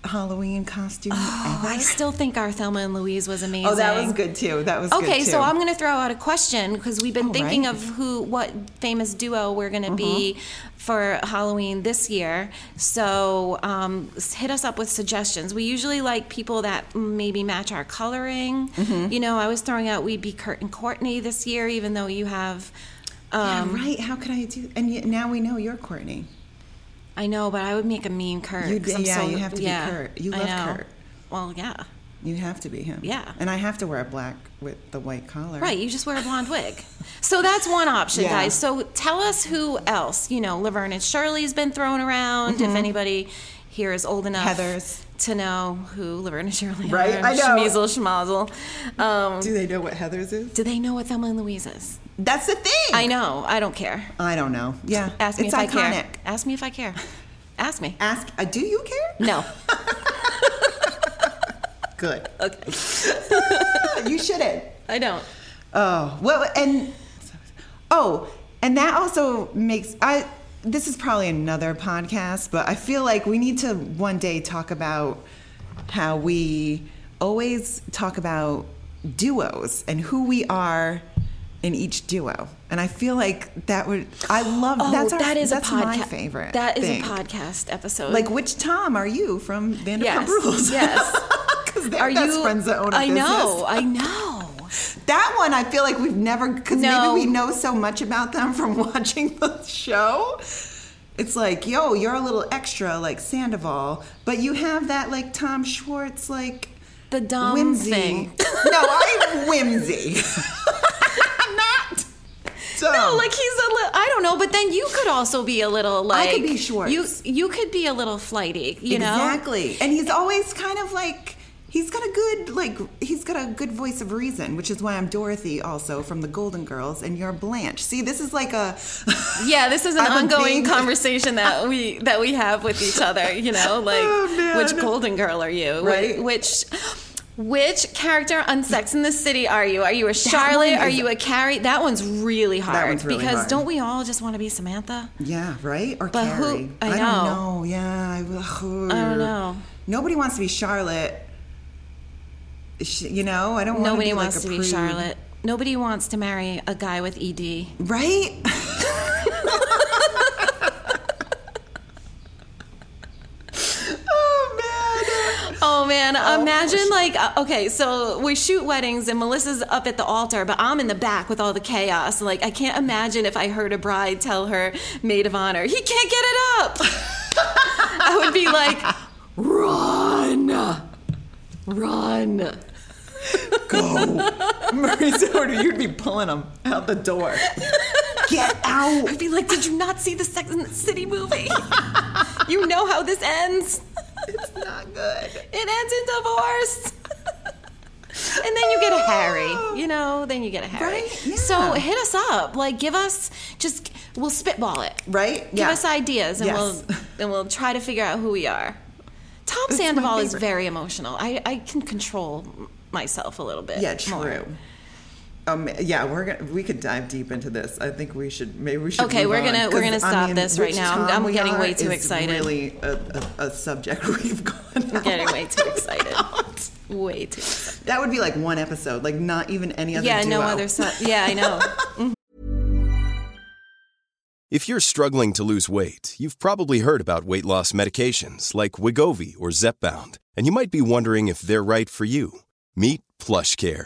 [SPEAKER 3] Halloween costume
[SPEAKER 2] I
[SPEAKER 3] ever.
[SPEAKER 2] still think our Thelma and Louise was amazing.
[SPEAKER 3] Oh, that was good too. That was
[SPEAKER 2] Okay,
[SPEAKER 3] Good too.
[SPEAKER 2] so I'm going to throw out a question because we've been
[SPEAKER 3] All
[SPEAKER 2] thinking
[SPEAKER 3] right.
[SPEAKER 2] of who, what famous duo we're going to be
[SPEAKER 3] Mm-hmm.
[SPEAKER 2] for Halloween this year. So um, s- hit us up with suggestions. We usually like people that maybe match our
[SPEAKER 3] Mm-hmm.
[SPEAKER 2] coloring. You know, I was throwing out we'd be Kurt and Courtney this year, even though you have
[SPEAKER 3] Um, right? How could I do? And yet now we know you're Courtney.
[SPEAKER 2] I know, but I would make a mean Kurt.
[SPEAKER 3] You
[SPEAKER 2] 'cause
[SPEAKER 3] d-
[SPEAKER 2] I'm
[SPEAKER 3] yeah,
[SPEAKER 2] so-
[SPEAKER 3] you have to be
[SPEAKER 2] yeah,
[SPEAKER 3] Kurt. You
[SPEAKER 2] I
[SPEAKER 3] love
[SPEAKER 2] know.
[SPEAKER 3] Kurt.
[SPEAKER 2] Well, yeah.
[SPEAKER 3] You have to be him.
[SPEAKER 2] Yeah.
[SPEAKER 3] And I have to wear a black with the white collar.
[SPEAKER 2] Right, you just wear a blonde wig. So that's one option,
[SPEAKER 3] Yeah.
[SPEAKER 2] guys. So tell us who else. You know, Laverne and Shirley's been thrown around. If anybody here is old enough
[SPEAKER 3] Mm-hmm. Heathers.
[SPEAKER 2] to know who Laverne and Shirley
[SPEAKER 3] Right,
[SPEAKER 2] are,
[SPEAKER 3] I know.
[SPEAKER 2] Schmeezel, Schmazel. Um,
[SPEAKER 3] Do they know what Heather's is?
[SPEAKER 2] do they know what Thelma and Louise is?
[SPEAKER 3] That's the thing.
[SPEAKER 2] I know. I don't care.
[SPEAKER 3] I don't know. Yeah.
[SPEAKER 2] Ask me
[SPEAKER 3] Oh, it's
[SPEAKER 2] if
[SPEAKER 3] iconic.
[SPEAKER 2] I care. Ask me if I care. Ask me.
[SPEAKER 3] Ask. Uh, do you care?
[SPEAKER 2] No.
[SPEAKER 3] Good.
[SPEAKER 2] Okay.
[SPEAKER 3] you shouldn't.
[SPEAKER 2] I don't.
[SPEAKER 3] Oh well, and oh, and that also makes I. This is probably another podcast, but I feel like we need to one day talk about how we always talk about duos and who we are in each duo. And I feel like that would I love
[SPEAKER 2] Oh,
[SPEAKER 3] that's our,
[SPEAKER 2] that is
[SPEAKER 3] that's
[SPEAKER 2] a podcast.
[SPEAKER 3] my favorite.
[SPEAKER 2] That is
[SPEAKER 3] thing.
[SPEAKER 2] a podcast episode.
[SPEAKER 3] Like which Tom are you from Vanderpump
[SPEAKER 2] Yes,
[SPEAKER 3] Rules?
[SPEAKER 2] yes.
[SPEAKER 3] because they're best friends that own a
[SPEAKER 2] I
[SPEAKER 3] business.
[SPEAKER 2] know. I know.
[SPEAKER 3] That one, I feel like we've never, because
[SPEAKER 2] No.
[SPEAKER 3] maybe we know so much about them from watching the show. It's like, yo, you're a little extra, like Sandoval, but you have that, like Tom Schwartz, like
[SPEAKER 2] The dumb
[SPEAKER 3] whimsy.
[SPEAKER 2] Um, thing.
[SPEAKER 3] No, I'm whimsy. Not. Dumb.
[SPEAKER 2] No, like he's a little. I don't know, but then you could also be a little like.
[SPEAKER 3] I could be Schwartz.
[SPEAKER 2] You you could be a little flighty. You know
[SPEAKER 3] exactly. And he's always kind of like. He's got a good like he's got a good voice of reason, which is why I'm Dorothy also from the Golden Girls and you're Blanche. See, this is like a
[SPEAKER 2] Yeah, this is an
[SPEAKER 3] I'm a
[SPEAKER 2] ongoing
[SPEAKER 3] big-
[SPEAKER 2] conversation that we that we have with each other. You know, like
[SPEAKER 3] Oh, man.
[SPEAKER 2] which golden girl are you? Wh-
[SPEAKER 3] Right.
[SPEAKER 2] Which. Which character on Sex in the City are you? Are you a Charlotte?
[SPEAKER 3] one
[SPEAKER 2] Are
[SPEAKER 3] is-
[SPEAKER 2] you a Carrie? That one's really hard
[SPEAKER 3] one's really
[SPEAKER 2] because
[SPEAKER 3] hard.
[SPEAKER 2] don't we all just want to be Samantha?
[SPEAKER 3] Yeah, right? Or
[SPEAKER 2] But who-
[SPEAKER 3] Carrie.
[SPEAKER 2] I
[SPEAKER 3] don't
[SPEAKER 2] know.
[SPEAKER 3] know. Yeah. I, will-
[SPEAKER 2] I don't know.
[SPEAKER 3] Nobody wants to be Charlotte. Sh- You know, I don't
[SPEAKER 2] Nobody
[SPEAKER 3] want
[SPEAKER 2] wants to
[SPEAKER 3] to be
[SPEAKER 2] be
[SPEAKER 3] like a prude.
[SPEAKER 2] Charlotte. Nobody wants to marry a guy with E ED.
[SPEAKER 3] Right? oh, man.
[SPEAKER 2] Oh man, imagine like uh, okay, so we shoot weddings and Melissa's up at the altar, but I'm in the back with all the chaos. Like I can't imagine if I heard a bride tell her maid of honor, "He can't get it up." I would be like, "Run." Run.
[SPEAKER 3] Go. Murray Soder, you'd be pulling him out the door. Get out.
[SPEAKER 2] I'd be like, "Did you not see the Sex and the City movie? you know how this ends.
[SPEAKER 3] It's not good.
[SPEAKER 2] It ends in divorce." And then you get a Harry, you know. Then you get a Harry.
[SPEAKER 3] Oh. Right? Yeah.
[SPEAKER 2] So hit us up, like give us just we'll spitball it.
[SPEAKER 3] Right?
[SPEAKER 2] Give us ideas, and
[SPEAKER 3] Yes.
[SPEAKER 2] we'll and we'll try to figure out who we are. Tom
[SPEAKER 3] It's my
[SPEAKER 2] Sandoval is
[SPEAKER 3] favorite.
[SPEAKER 2] very emotional. I, I can control myself a little bit.
[SPEAKER 3] Yeah,
[SPEAKER 2] more.
[SPEAKER 3] true. Um, yeah, we're gonna we could dive deep into this. I think we should maybe we should.
[SPEAKER 2] Okay,
[SPEAKER 3] move
[SPEAKER 2] we're gonna-
[SPEAKER 3] on,
[SPEAKER 2] we're
[SPEAKER 3] 'cause,
[SPEAKER 2] gonna
[SPEAKER 3] I
[SPEAKER 2] stop
[SPEAKER 3] mean,
[SPEAKER 2] this right
[SPEAKER 3] which
[SPEAKER 2] now. I'm-
[SPEAKER 3] Tom
[SPEAKER 2] I'm
[SPEAKER 3] we
[SPEAKER 2] getting
[SPEAKER 3] are
[SPEAKER 2] way too
[SPEAKER 3] is
[SPEAKER 2] excited.
[SPEAKER 3] Really, a, a, a subject we've gone.
[SPEAKER 2] I'm getting way too excited.
[SPEAKER 3] Out.
[SPEAKER 2] Way too. Excited.
[SPEAKER 3] That would be like one episode, like not even any other.
[SPEAKER 2] Yeah, no
[SPEAKER 3] duo.
[SPEAKER 2] other stuff. Yeah, I know.
[SPEAKER 6] If you're struggling to lose weight, you've probably heard about weight loss medications like Wigovi or Zepbound, and you might be wondering if they're right for you. Meet PlushCare,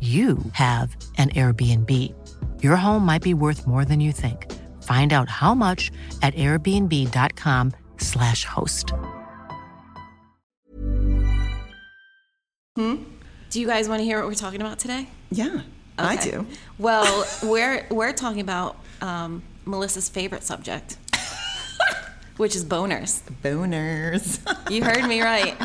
[SPEAKER 7] you have an Airbnb. Your home might be worth more than you think. Find out how much at airbnb.com/slash host.
[SPEAKER 2] Do you guys want to hear what we're talking about today?
[SPEAKER 3] Yeah, I
[SPEAKER 2] Okay.
[SPEAKER 3] do.
[SPEAKER 2] Well, we're we're talking about um, Melissa's favorite subject, which is boners.
[SPEAKER 3] Boners.
[SPEAKER 2] You heard me right.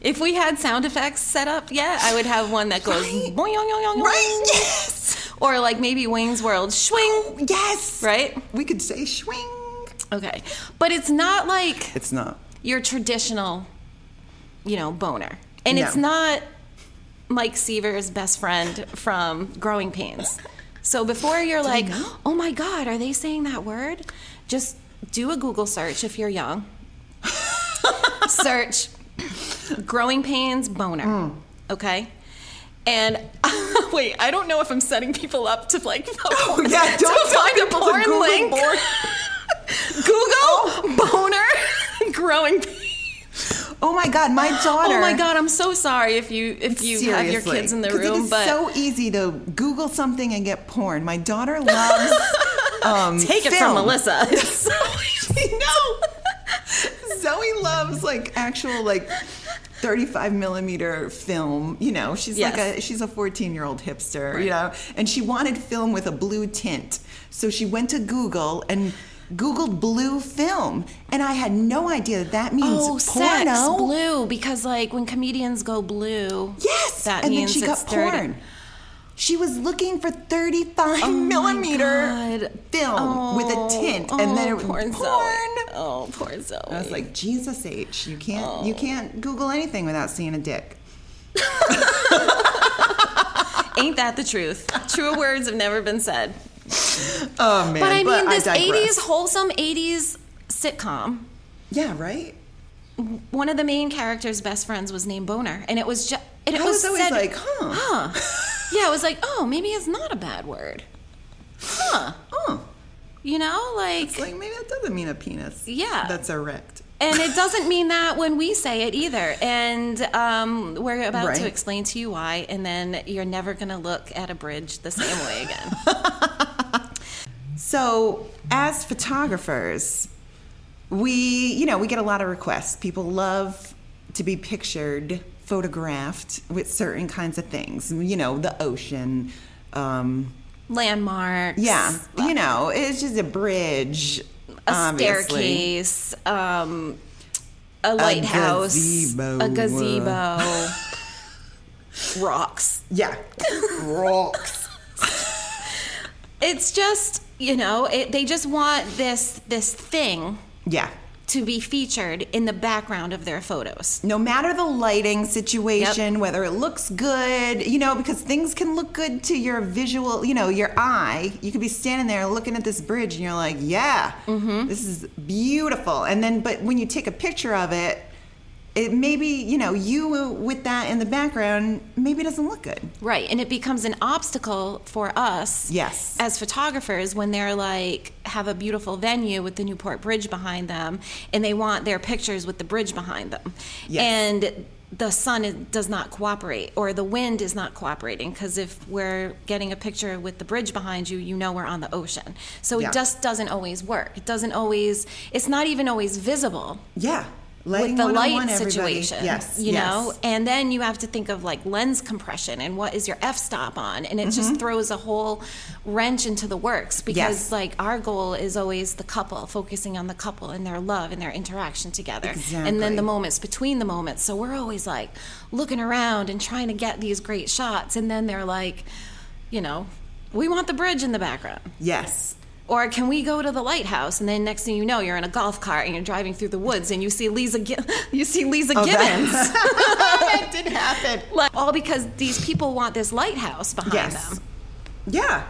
[SPEAKER 2] If we had sound effects set up yet, I would have one that goes boing, boing, boing, boing,
[SPEAKER 3] Right?
[SPEAKER 2] boing.
[SPEAKER 3] Yes.
[SPEAKER 2] or like maybe Wayne's World swing,
[SPEAKER 3] Oh, Yes.
[SPEAKER 2] right?
[SPEAKER 3] We could say swing.
[SPEAKER 2] Okay, but it's not like
[SPEAKER 3] It's not.
[SPEAKER 2] your traditional, you know, boner, and
[SPEAKER 3] No.
[SPEAKER 2] it's not Mike Seaver's best friend from Growing Pains. So before you're like, oh my God, are they saying that word? Just do a Google search if you're young. search Growing Pains boner.
[SPEAKER 3] Mm.
[SPEAKER 2] Okay. And wait, I don't know if I'm setting people up to like oh,
[SPEAKER 3] yeah, don't
[SPEAKER 2] to
[SPEAKER 3] tell
[SPEAKER 2] find a
[SPEAKER 3] people to
[SPEAKER 2] porn
[SPEAKER 3] Google
[SPEAKER 2] link.
[SPEAKER 3] porn.
[SPEAKER 2] Google boner growing pains.
[SPEAKER 3] Oh my God, my daughter.
[SPEAKER 2] Oh my god, I'm so sorry if you if you have your
[SPEAKER 3] Seriously.
[SPEAKER 2] kids in the
[SPEAKER 3] 'Cause
[SPEAKER 2] room,
[SPEAKER 3] It is
[SPEAKER 2] but
[SPEAKER 3] so easy to Google something and get porn. My daughter loves. Um,
[SPEAKER 2] take it from
[SPEAKER 3] film.
[SPEAKER 2] Melissa. It's so easy.
[SPEAKER 3] Zoe loves like actual like 35 millimeter film. You know, she's like
[SPEAKER 2] Yes.
[SPEAKER 3] a she's a 14 year old hipster. You know, and she wanted film with a blue tint, so she went to Google and. Googled blue film, and I had no idea that that means
[SPEAKER 2] Oh,
[SPEAKER 3] porno.
[SPEAKER 2] sex blue because like when comedians go blue,
[SPEAKER 3] Yes,
[SPEAKER 2] that
[SPEAKER 3] and
[SPEAKER 2] means
[SPEAKER 3] then she
[SPEAKER 2] it's
[SPEAKER 3] got
[SPEAKER 2] dirty.
[SPEAKER 3] porn. She was looking for 35
[SPEAKER 2] Oh my
[SPEAKER 3] millimeter
[SPEAKER 2] God. Oh,
[SPEAKER 3] film with a tint, and then it was
[SPEAKER 2] poor
[SPEAKER 3] porn.
[SPEAKER 2] Zoe. Oh, poor Zoe.
[SPEAKER 3] I was like, Jesus H, you can't you can't Google anything without seeing a dick.
[SPEAKER 2] Ain't that the truth? Truer words have never been said.
[SPEAKER 3] Oh man!
[SPEAKER 2] But I mean, this
[SPEAKER 3] digress.
[SPEAKER 2] '80s wholesome '80s sitcom.
[SPEAKER 3] Yeah, right.
[SPEAKER 2] One of the main characters' best friends was named Boner, and it was just. And it
[SPEAKER 3] I
[SPEAKER 2] was,
[SPEAKER 3] was, always
[SPEAKER 2] said,
[SPEAKER 3] like, huh?
[SPEAKER 2] huh. yeah, it was like, oh, maybe it's not a bad word. Huh. Oh.
[SPEAKER 3] Huh.
[SPEAKER 2] You know, like,
[SPEAKER 3] It's like maybe that doesn't mean a penis.
[SPEAKER 2] Yeah.
[SPEAKER 3] That's erect.
[SPEAKER 2] and it doesn't mean that when we say it either. And um, we're about
[SPEAKER 3] Right.
[SPEAKER 2] to explain to you why, and then you're never going to look at a bridge the same way again.
[SPEAKER 3] So, as photographers, we, you know, we get a lot of requests. People love to be pictured, photographed with certain kinds of things. You know, the ocean. Um,
[SPEAKER 2] Landmarks.
[SPEAKER 3] yeah, you know, it's just a bridge,
[SPEAKER 2] a
[SPEAKER 3] obviously.
[SPEAKER 2] staircase, um, a lighthouse,
[SPEAKER 3] gazebo.
[SPEAKER 2] a gazebo, rocks.
[SPEAKER 3] Yeah, rocks.
[SPEAKER 2] It's just you know it, they just want this this thing
[SPEAKER 3] Yeah.
[SPEAKER 2] to be featured in the background of their photos.
[SPEAKER 3] No matter the lighting situation, whether it looks good, you know, because things can look good to your visual, you know, your eye. You could be standing there looking at this bridge and you're like, yeah,
[SPEAKER 2] Mm-hmm.
[SPEAKER 3] this is beautiful. And then, but when you take a picture of it, it maybe, you know, you with that in the background, maybe it doesn't look good.
[SPEAKER 2] Right, and it becomes an obstacle for us
[SPEAKER 3] Yes.
[SPEAKER 2] as photographers when they're like have a beautiful venue with the Newport Bridge behind them and they want their pictures with the bridge behind them.
[SPEAKER 3] Yes.
[SPEAKER 2] And the sun is, does not cooperate or the wind is not cooperating because if we're getting a picture with the bridge behind you, you know we're on the ocean. So
[SPEAKER 3] Yeah.
[SPEAKER 2] it just doesn't always work. It doesn't always, it's not even always visible.
[SPEAKER 3] Yeah. Lighting
[SPEAKER 2] with the
[SPEAKER 3] 101,
[SPEAKER 2] light
[SPEAKER 3] everybody.
[SPEAKER 2] situation.
[SPEAKER 3] Yes,
[SPEAKER 2] You
[SPEAKER 3] yes.
[SPEAKER 2] know? And then you have to think of like lens compression and what is your f stop on. And it just throws a whole wrench into the works because
[SPEAKER 3] Mm-hmm. Yes.
[SPEAKER 2] like our goal is always the couple, focusing on the couple and their love and their interaction together. And then
[SPEAKER 3] Exactly.
[SPEAKER 2] the moments between the moments. So we're always like looking around and trying to get these great shots. And then they're like, you know, we want the bridge in the background.
[SPEAKER 3] Yes.
[SPEAKER 2] Or can we go to the lighthouse? And then next thing you know, you're in a golf cart and you're driving through the woods and you see Lisa, Gi- you see Lisa Gibbons.
[SPEAKER 3] that did happen.
[SPEAKER 2] Like, all because these people want this lighthouse behind
[SPEAKER 3] Yes.
[SPEAKER 2] them.
[SPEAKER 3] Yeah.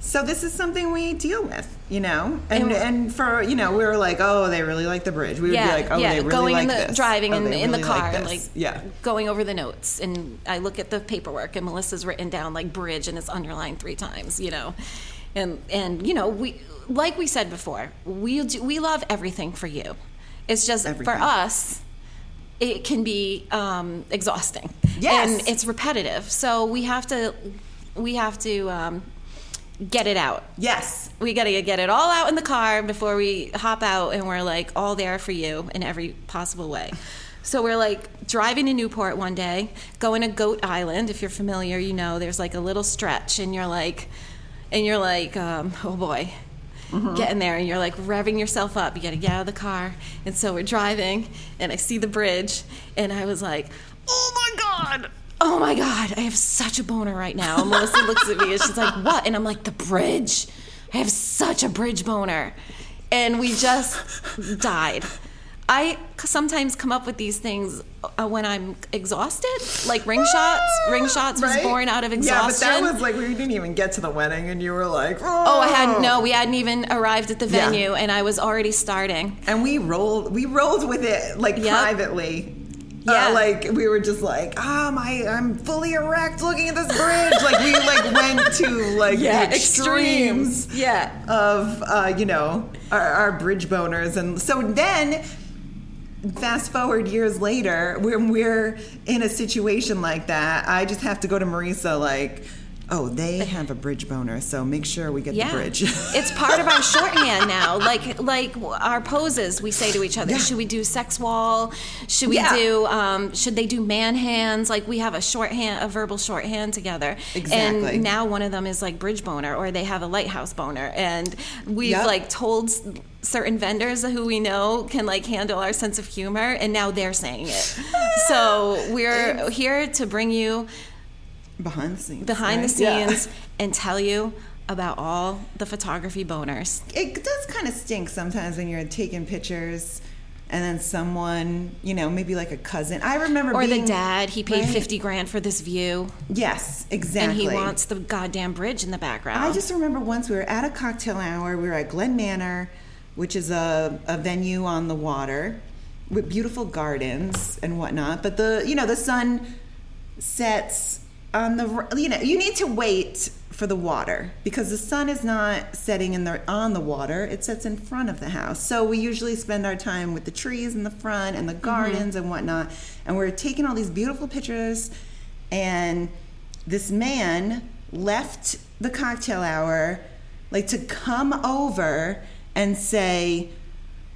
[SPEAKER 3] So this is something we deal with, you know, and and for you know we were like, oh, they really like the bridge. We would
[SPEAKER 2] Yeah,
[SPEAKER 3] be like, oh,
[SPEAKER 2] yeah.
[SPEAKER 3] they really
[SPEAKER 2] going
[SPEAKER 3] like
[SPEAKER 2] in the
[SPEAKER 3] this.
[SPEAKER 2] driving
[SPEAKER 3] Oh,
[SPEAKER 2] in,
[SPEAKER 3] they
[SPEAKER 2] in the
[SPEAKER 3] really
[SPEAKER 2] car,
[SPEAKER 3] this.
[SPEAKER 2] and like
[SPEAKER 3] yeah,
[SPEAKER 2] going over the notes. And I look at the paperwork, and Melissa's written down like bridge, and it's underlined three times. You know, and and you know we like we said before, we do, we love everything for you. It's just
[SPEAKER 3] Everything.
[SPEAKER 2] for us, it can be um, exhausting.
[SPEAKER 3] Yes.
[SPEAKER 2] and it's repetitive. So we have to we have to um, get it out
[SPEAKER 3] yes,
[SPEAKER 2] we gotta get it all out in the car before we hop out and we're like all there for you in every possible way so we're like driving to newport one day going to goat island if you're familiar you know there's like a little stretch and you're like and you're like um, oh boy getting there and you're like revving yourself up you gotta get out of the car and so we're driving and i see the bridge and i was like oh my god Oh my God, I have such a boner right now. And Melissa looks at me and she's like, What? And I'm like, The bridge. I have such a bridge boner. And we just died. I c- sometimes come up with these things uh, when I'm exhausted, like ring shots. Ring shots was
[SPEAKER 3] Ah, Right?
[SPEAKER 2] born out of exhaustion.
[SPEAKER 3] Yeah, but that was like we didn't even get to the wedding, and you were like, oh,
[SPEAKER 2] oh, I had no, we hadn't even arrived at the
[SPEAKER 3] Yeah.
[SPEAKER 2] venue and I was already starting.
[SPEAKER 3] "Oh." And we rolled, we rolled with it like
[SPEAKER 2] Yep.
[SPEAKER 3] privately. Uh,
[SPEAKER 2] Yeah.
[SPEAKER 3] like we were just like, ah, my, I'm fully erect looking at this bridge. like we like went to like the extremes.
[SPEAKER 2] Yeah.
[SPEAKER 3] of uh, you know our, our bridge boners and so then fast forward years later when we're in a situation like that i just have to go to marisa like oh they have a bridge boner so make sure we get
[SPEAKER 2] Yeah.
[SPEAKER 3] the bridge
[SPEAKER 2] it's part of our shorthand now. Like like our poses, we say to each other, should we do sex wall? Should we
[SPEAKER 3] Yeah.
[SPEAKER 2] do um, should they do man hands? Like we have a shorthand a verbal shorthand together.
[SPEAKER 3] Exactly.
[SPEAKER 2] And now one of them is like bridge boner or they have a lighthouse boner and we've
[SPEAKER 3] Yep.
[SPEAKER 2] like told s- certain vendors who we know can like handle our sense of humor and now they're saying it. so we're here to bring you
[SPEAKER 3] behind the scenes
[SPEAKER 2] behind the
[SPEAKER 3] right? Yeah.
[SPEAKER 2] scenes and tell you about all the photography boners.
[SPEAKER 3] it does kind of stink sometimes when you're taking pictures and then someone you know maybe like a cousin i remember
[SPEAKER 2] Or
[SPEAKER 3] being,
[SPEAKER 2] the dad, he paid
[SPEAKER 3] Right.
[SPEAKER 2] 50 grand for this view
[SPEAKER 3] yes exactly
[SPEAKER 2] and he wants the goddamn bridge in the background.
[SPEAKER 3] I just remember once we were at a cocktail hour. We were at Glen Manor, which is a, a venue on the water with beautiful gardens and whatnot. But the you know the sun sets on the r- you know you need to wait for the water because the sun is not setting in the on the water. It sets in front of the house. So we usually spend our time with the trees in the front and the gardens and whatnot. And we're taking all these beautiful pictures and this man left the cocktail hour like to come over and say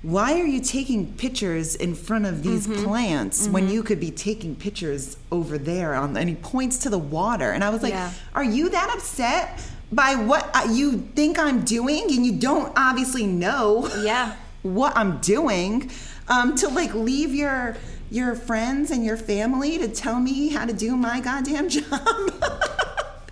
[SPEAKER 3] why are you taking pictures in front of these
[SPEAKER 2] Mm-hmm.
[SPEAKER 3] plants when you could be taking pictures over there on and he points to the water and i was like
[SPEAKER 2] Yeah.
[SPEAKER 3] are you that upset by what I- you think i'm doing and you don't obviously know
[SPEAKER 2] Yeah.
[SPEAKER 3] what i'm doing um, to like leave your your friends and your family to tell me how to do my goddamn job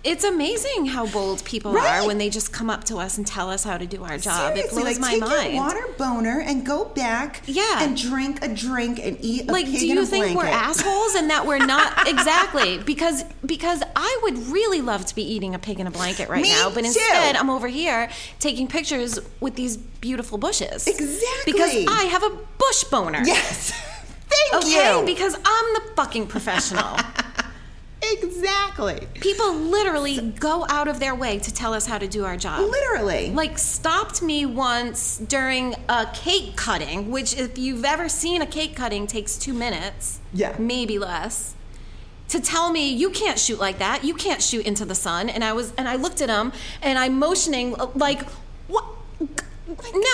[SPEAKER 2] it's amazing how bold people
[SPEAKER 3] Right.
[SPEAKER 2] are when they just come up to us and tell us how to do our job. it
[SPEAKER 3] Seriously,
[SPEAKER 2] blows
[SPEAKER 3] like
[SPEAKER 2] my
[SPEAKER 3] take
[SPEAKER 2] mind.
[SPEAKER 3] your water boner and go back,
[SPEAKER 2] Yeah.
[SPEAKER 3] and drink a drink and eat. A
[SPEAKER 2] like
[SPEAKER 3] pig
[SPEAKER 2] do
[SPEAKER 3] in
[SPEAKER 2] you
[SPEAKER 3] a
[SPEAKER 2] think we're
[SPEAKER 3] blanket.
[SPEAKER 2] assholes and that we're not exactly because because i would really love to be eating a pig in a blanket right
[SPEAKER 3] Me
[SPEAKER 2] now but
[SPEAKER 3] too.
[SPEAKER 2] instead i'm over here taking pictures with these beautiful bushes
[SPEAKER 3] Exactly.
[SPEAKER 2] because i have a bush boner
[SPEAKER 3] Yes, thank
[SPEAKER 2] okay
[SPEAKER 3] you.
[SPEAKER 2] because i'm the fucking professional
[SPEAKER 3] exactly,
[SPEAKER 2] people literally go out of their way to tell us how to do our job
[SPEAKER 3] literally,
[SPEAKER 2] like stopped me once during a cake cutting which if you've ever seen a cake cutting takes two minutes
[SPEAKER 3] Yeah.
[SPEAKER 2] maybe less to tell me you can't shoot like that you can't shoot into the sun and i was and i looked at him and i'm motioning like what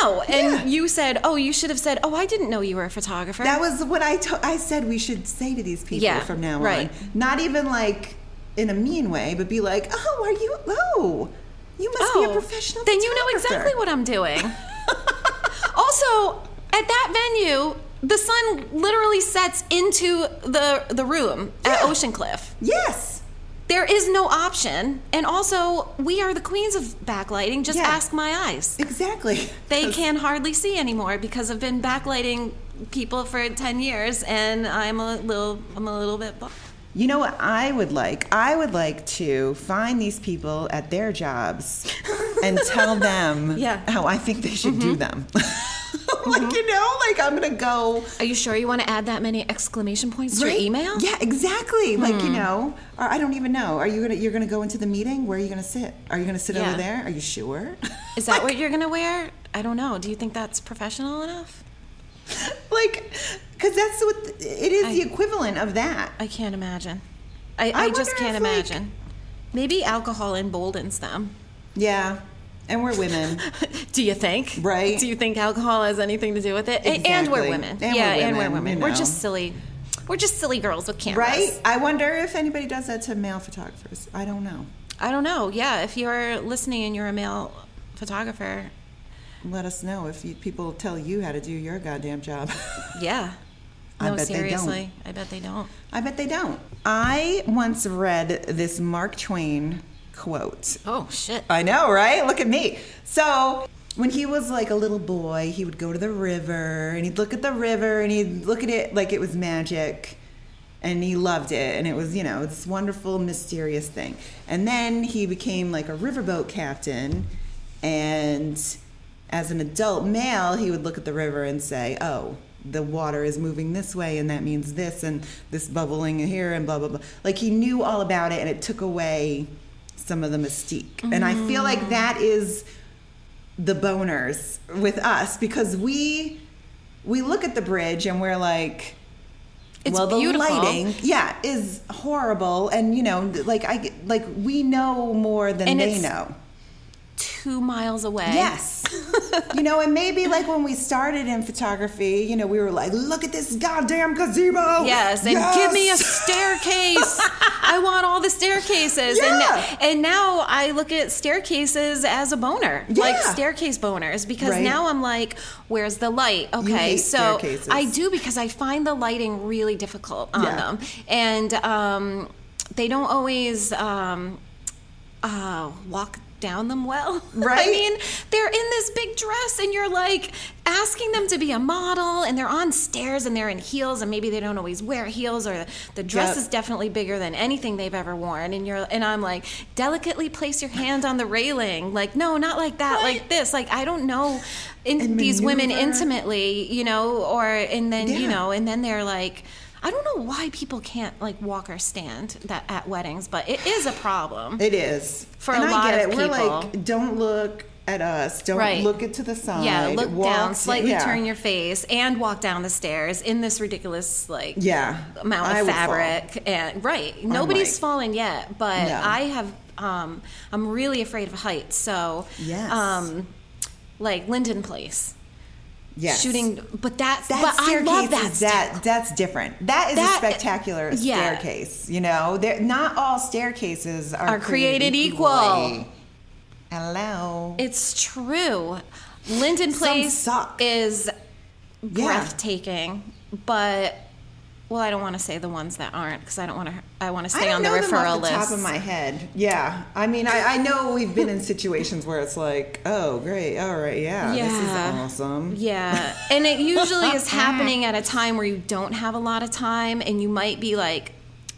[SPEAKER 2] No, and you said, "Oh, you should have said, oh, I didn't know you were a photographer."
[SPEAKER 3] That was what I to- I said we should say to these people
[SPEAKER 2] Yeah,
[SPEAKER 3] from now
[SPEAKER 2] right.
[SPEAKER 3] on. Not even like in a mean way, but be like, "Oh, are you? Oh, you must be a professional."
[SPEAKER 2] Then you know
[SPEAKER 3] photographer."
[SPEAKER 2] exactly what I'm doing. also, at that venue, the sun literally sets into the the room at
[SPEAKER 3] Yeah.
[SPEAKER 2] Ocean Cliff.
[SPEAKER 3] Yes.
[SPEAKER 2] There is no option. And also, we are the queens of backlighting. Just
[SPEAKER 3] Yeah.
[SPEAKER 2] ask my eyes.
[SPEAKER 3] Exactly.
[SPEAKER 2] They can hardly see anymore because I've been backlighting people for 10 years and I'm a little I'm a little bit bu-
[SPEAKER 3] You know what I would like? I would like to find these people at their jobs and tell them
[SPEAKER 2] Yeah. Mm-hmm.
[SPEAKER 3] how I think they should do them. like, you know, like I'm going to go.
[SPEAKER 2] Are you sure you want to add that many exclamation points to
[SPEAKER 3] Right?
[SPEAKER 2] your email? Hmm.
[SPEAKER 3] Yeah, exactly. Like, you know, or I don't even know. Are you going to you're going to go into the meeting? Where are you going to sit? Are you going to sit
[SPEAKER 2] Yeah.
[SPEAKER 3] over there? Are you sure?
[SPEAKER 2] Is that what you're going to wear? I don't know. Do you think that's professional enough?
[SPEAKER 3] like cuz that's what it is the equivalent of that.
[SPEAKER 2] I can't imagine. I,
[SPEAKER 3] I
[SPEAKER 2] I, just
[SPEAKER 3] wonder
[SPEAKER 2] can't
[SPEAKER 3] if, like-
[SPEAKER 2] imagine. Maybe alcohol emboldens them.
[SPEAKER 3] Yeah. And we're women.
[SPEAKER 2] Do you think?
[SPEAKER 3] Right.
[SPEAKER 2] Do you think alcohol has anything to do with it? A- And we're
[SPEAKER 3] Exactly.
[SPEAKER 2] women.
[SPEAKER 3] And
[SPEAKER 2] yeah,
[SPEAKER 3] we're
[SPEAKER 2] and we're
[SPEAKER 3] women,
[SPEAKER 2] women.
[SPEAKER 3] you
[SPEAKER 2] We're
[SPEAKER 3] know.
[SPEAKER 2] just silly. We're just silly girls with cameras.
[SPEAKER 3] right? I wonder if anybody does that to male photographers. I don't know.
[SPEAKER 2] I don't know. Yeah, if you're listening and you're a male photographer,
[SPEAKER 3] Let us know if you, people tell you how to do your goddamn job.
[SPEAKER 2] yeah.
[SPEAKER 3] I
[SPEAKER 2] No,
[SPEAKER 3] bet they don't.
[SPEAKER 2] seriously. I bet they don't.
[SPEAKER 3] I bet they don't. I once read this Mark Twain quote.
[SPEAKER 2] Oh shit.
[SPEAKER 3] I know, right? Look at me. So, when he was like a little boy, he would go to the river and he'd look at the river and he'd look at it like it was magic and he loved it and it was, you know, this wonderful, mysterious thing. And then he became like a riverboat captain and as an adult male, he would look at the river and say, "Oh, the water is moving this way, and that means this, and this bubbling here, and blah blah blah." Like he knew all about it, and it took away some of the mystique. And I feel like that is the boners with us because we we look at the bridge and we're like.
[SPEAKER 2] It's
[SPEAKER 3] well, the
[SPEAKER 2] beautiful.
[SPEAKER 3] lighting, yeah, is horrible, and you know, like I, like we know more than
[SPEAKER 2] And
[SPEAKER 3] they
[SPEAKER 2] it's-
[SPEAKER 3] know.
[SPEAKER 2] Two miles away.
[SPEAKER 3] Yes. you know, and maybe like when we started in photography, you know, we were like, look at this goddamn gazebo.
[SPEAKER 2] Yes, and give me a
[SPEAKER 3] Yes!"
[SPEAKER 2] staircase. I want all the staircases.
[SPEAKER 3] Yeah.
[SPEAKER 2] And, and now I look at staircases as a boner, like
[SPEAKER 3] Yeah.
[SPEAKER 2] staircase boners, because
[SPEAKER 3] Right.
[SPEAKER 2] now I'm like, where's the light? Okay,
[SPEAKER 3] hate
[SPEAKER 2] so
[SPEAKER 3] staircases.
[SPEAKER 2] I do because I find the lighting really difficult on
[SPEAKER 3] Yeah.
[SPEAKER 2] them, and um, they don't always um, uh, walk down them well.
[SPEAKER 3] Right.
[SPEAKER 2] I mean, they're in this big dress and you're like asking them to be a model and they're on stairs and they're in heels and maybe they don't always wear heels or the dress
[SPEAKER 3] Yep.
[SPEAKER 2] is definitely bigger than anything they've ever worn and you're and I'm like delicately place your hand on the railing like no not like that like this like I don't know in
[SPEAKER 3] And
[SPEAKER 2] these women
[SPEAKER 3] maneuver.
[SPEAKER 2] intimately you know or and then you
[SPEAKER 3] Yeah.
[SPEAKER 2] know and then they're like I don't know why people can't like walk or stand that at weddings but it is a problem
[SPEAKER 3] It is.
[SPEAKER 2] For a
[SPEAKER 3] and
[SPEAKER 2] lot
[SPEAKER 3] I get
[SPEAKER 2] of
[SPEAKER 3] it. We're
[SPEAKER 2] people.
[SPEAKER 3] like, don't look at us. Don't
[SPEAKER 2] Right.
[SPEAKER 3] look it to the side.
[SPEAKER 2] Yeah, look
[SPEAKER 3] Walk
[SPEAKER 2] down,
[SPEAKER 3] to-
[SPEAKER 2] slightly
[SPEAKER 3] yeah.
[SPEAKER 2] turn your face, and walk down the stairs in this ridiculous like
[SPEAKER 3] Yeah.
[SPEAKER 2] amount
[SPEAKER 3] I
[SPEAKER 2] of
[SPEAKER 3] would fall.
[SPEAKER 2] fabric. And right, nobody's
[SPEAKER 3] like-
[SPEAKER 2] fallen yet, but
[SPEAKER 3] No.
[SPEAKER 2] I have. Um, I'm really afraid of heights, so
[SPEAKER 3] Yes.
[SPEAKER 2] um, like Linden Place
[SPEAKER 3] Yes.
[SPEAKER 2] shooting, but that's
[SPEAKER 3] That
[SPEAKER 2] but I
[SPEAKER 3] staircase
[SPEAKER 2] love that.
[SPEAKER 3] is that that's different. That is
[SPEAKER 2] That-
[SPEAKER 3] a spectacular
[SPEAKER 2] yeah.
[SPEAKER 3] staircase. You know, They're, not all staircases are,
[SPEAKER 2] Are created equal.
[SPEAKER 3] equally. Hello.
[SPEAKER 2] It's true. Linden Place
[SPEAKER 3] suck.
[SPEAKER 2] is
[SPEAKER 3] Yeah.
[SPEAKER 2] breathtaking, but well, I don't want to say the ones that aren't because I don't want to. I want to
[SPEAKER 3] I
[SPEAKER 2] stay
[SPEAKER 3] don't
[SPEAKER 2] on the
[SPEAKER 3] know them
[SPEAKER 2] referral
[SPEAKER 3] off the
[SPEAKER 2] list.
[SPEAKER 3] Top of my head, yeah. I mean, I, I know we've been in situations where it's like, oh, great, all right, yeah, this is
[SPEAKER 2] Yeah.
[SPEAKER 3] awesome.
[SPEAKER 2] Yeah. And it usually is happening at a time where you don't have a lot of time and you might be like,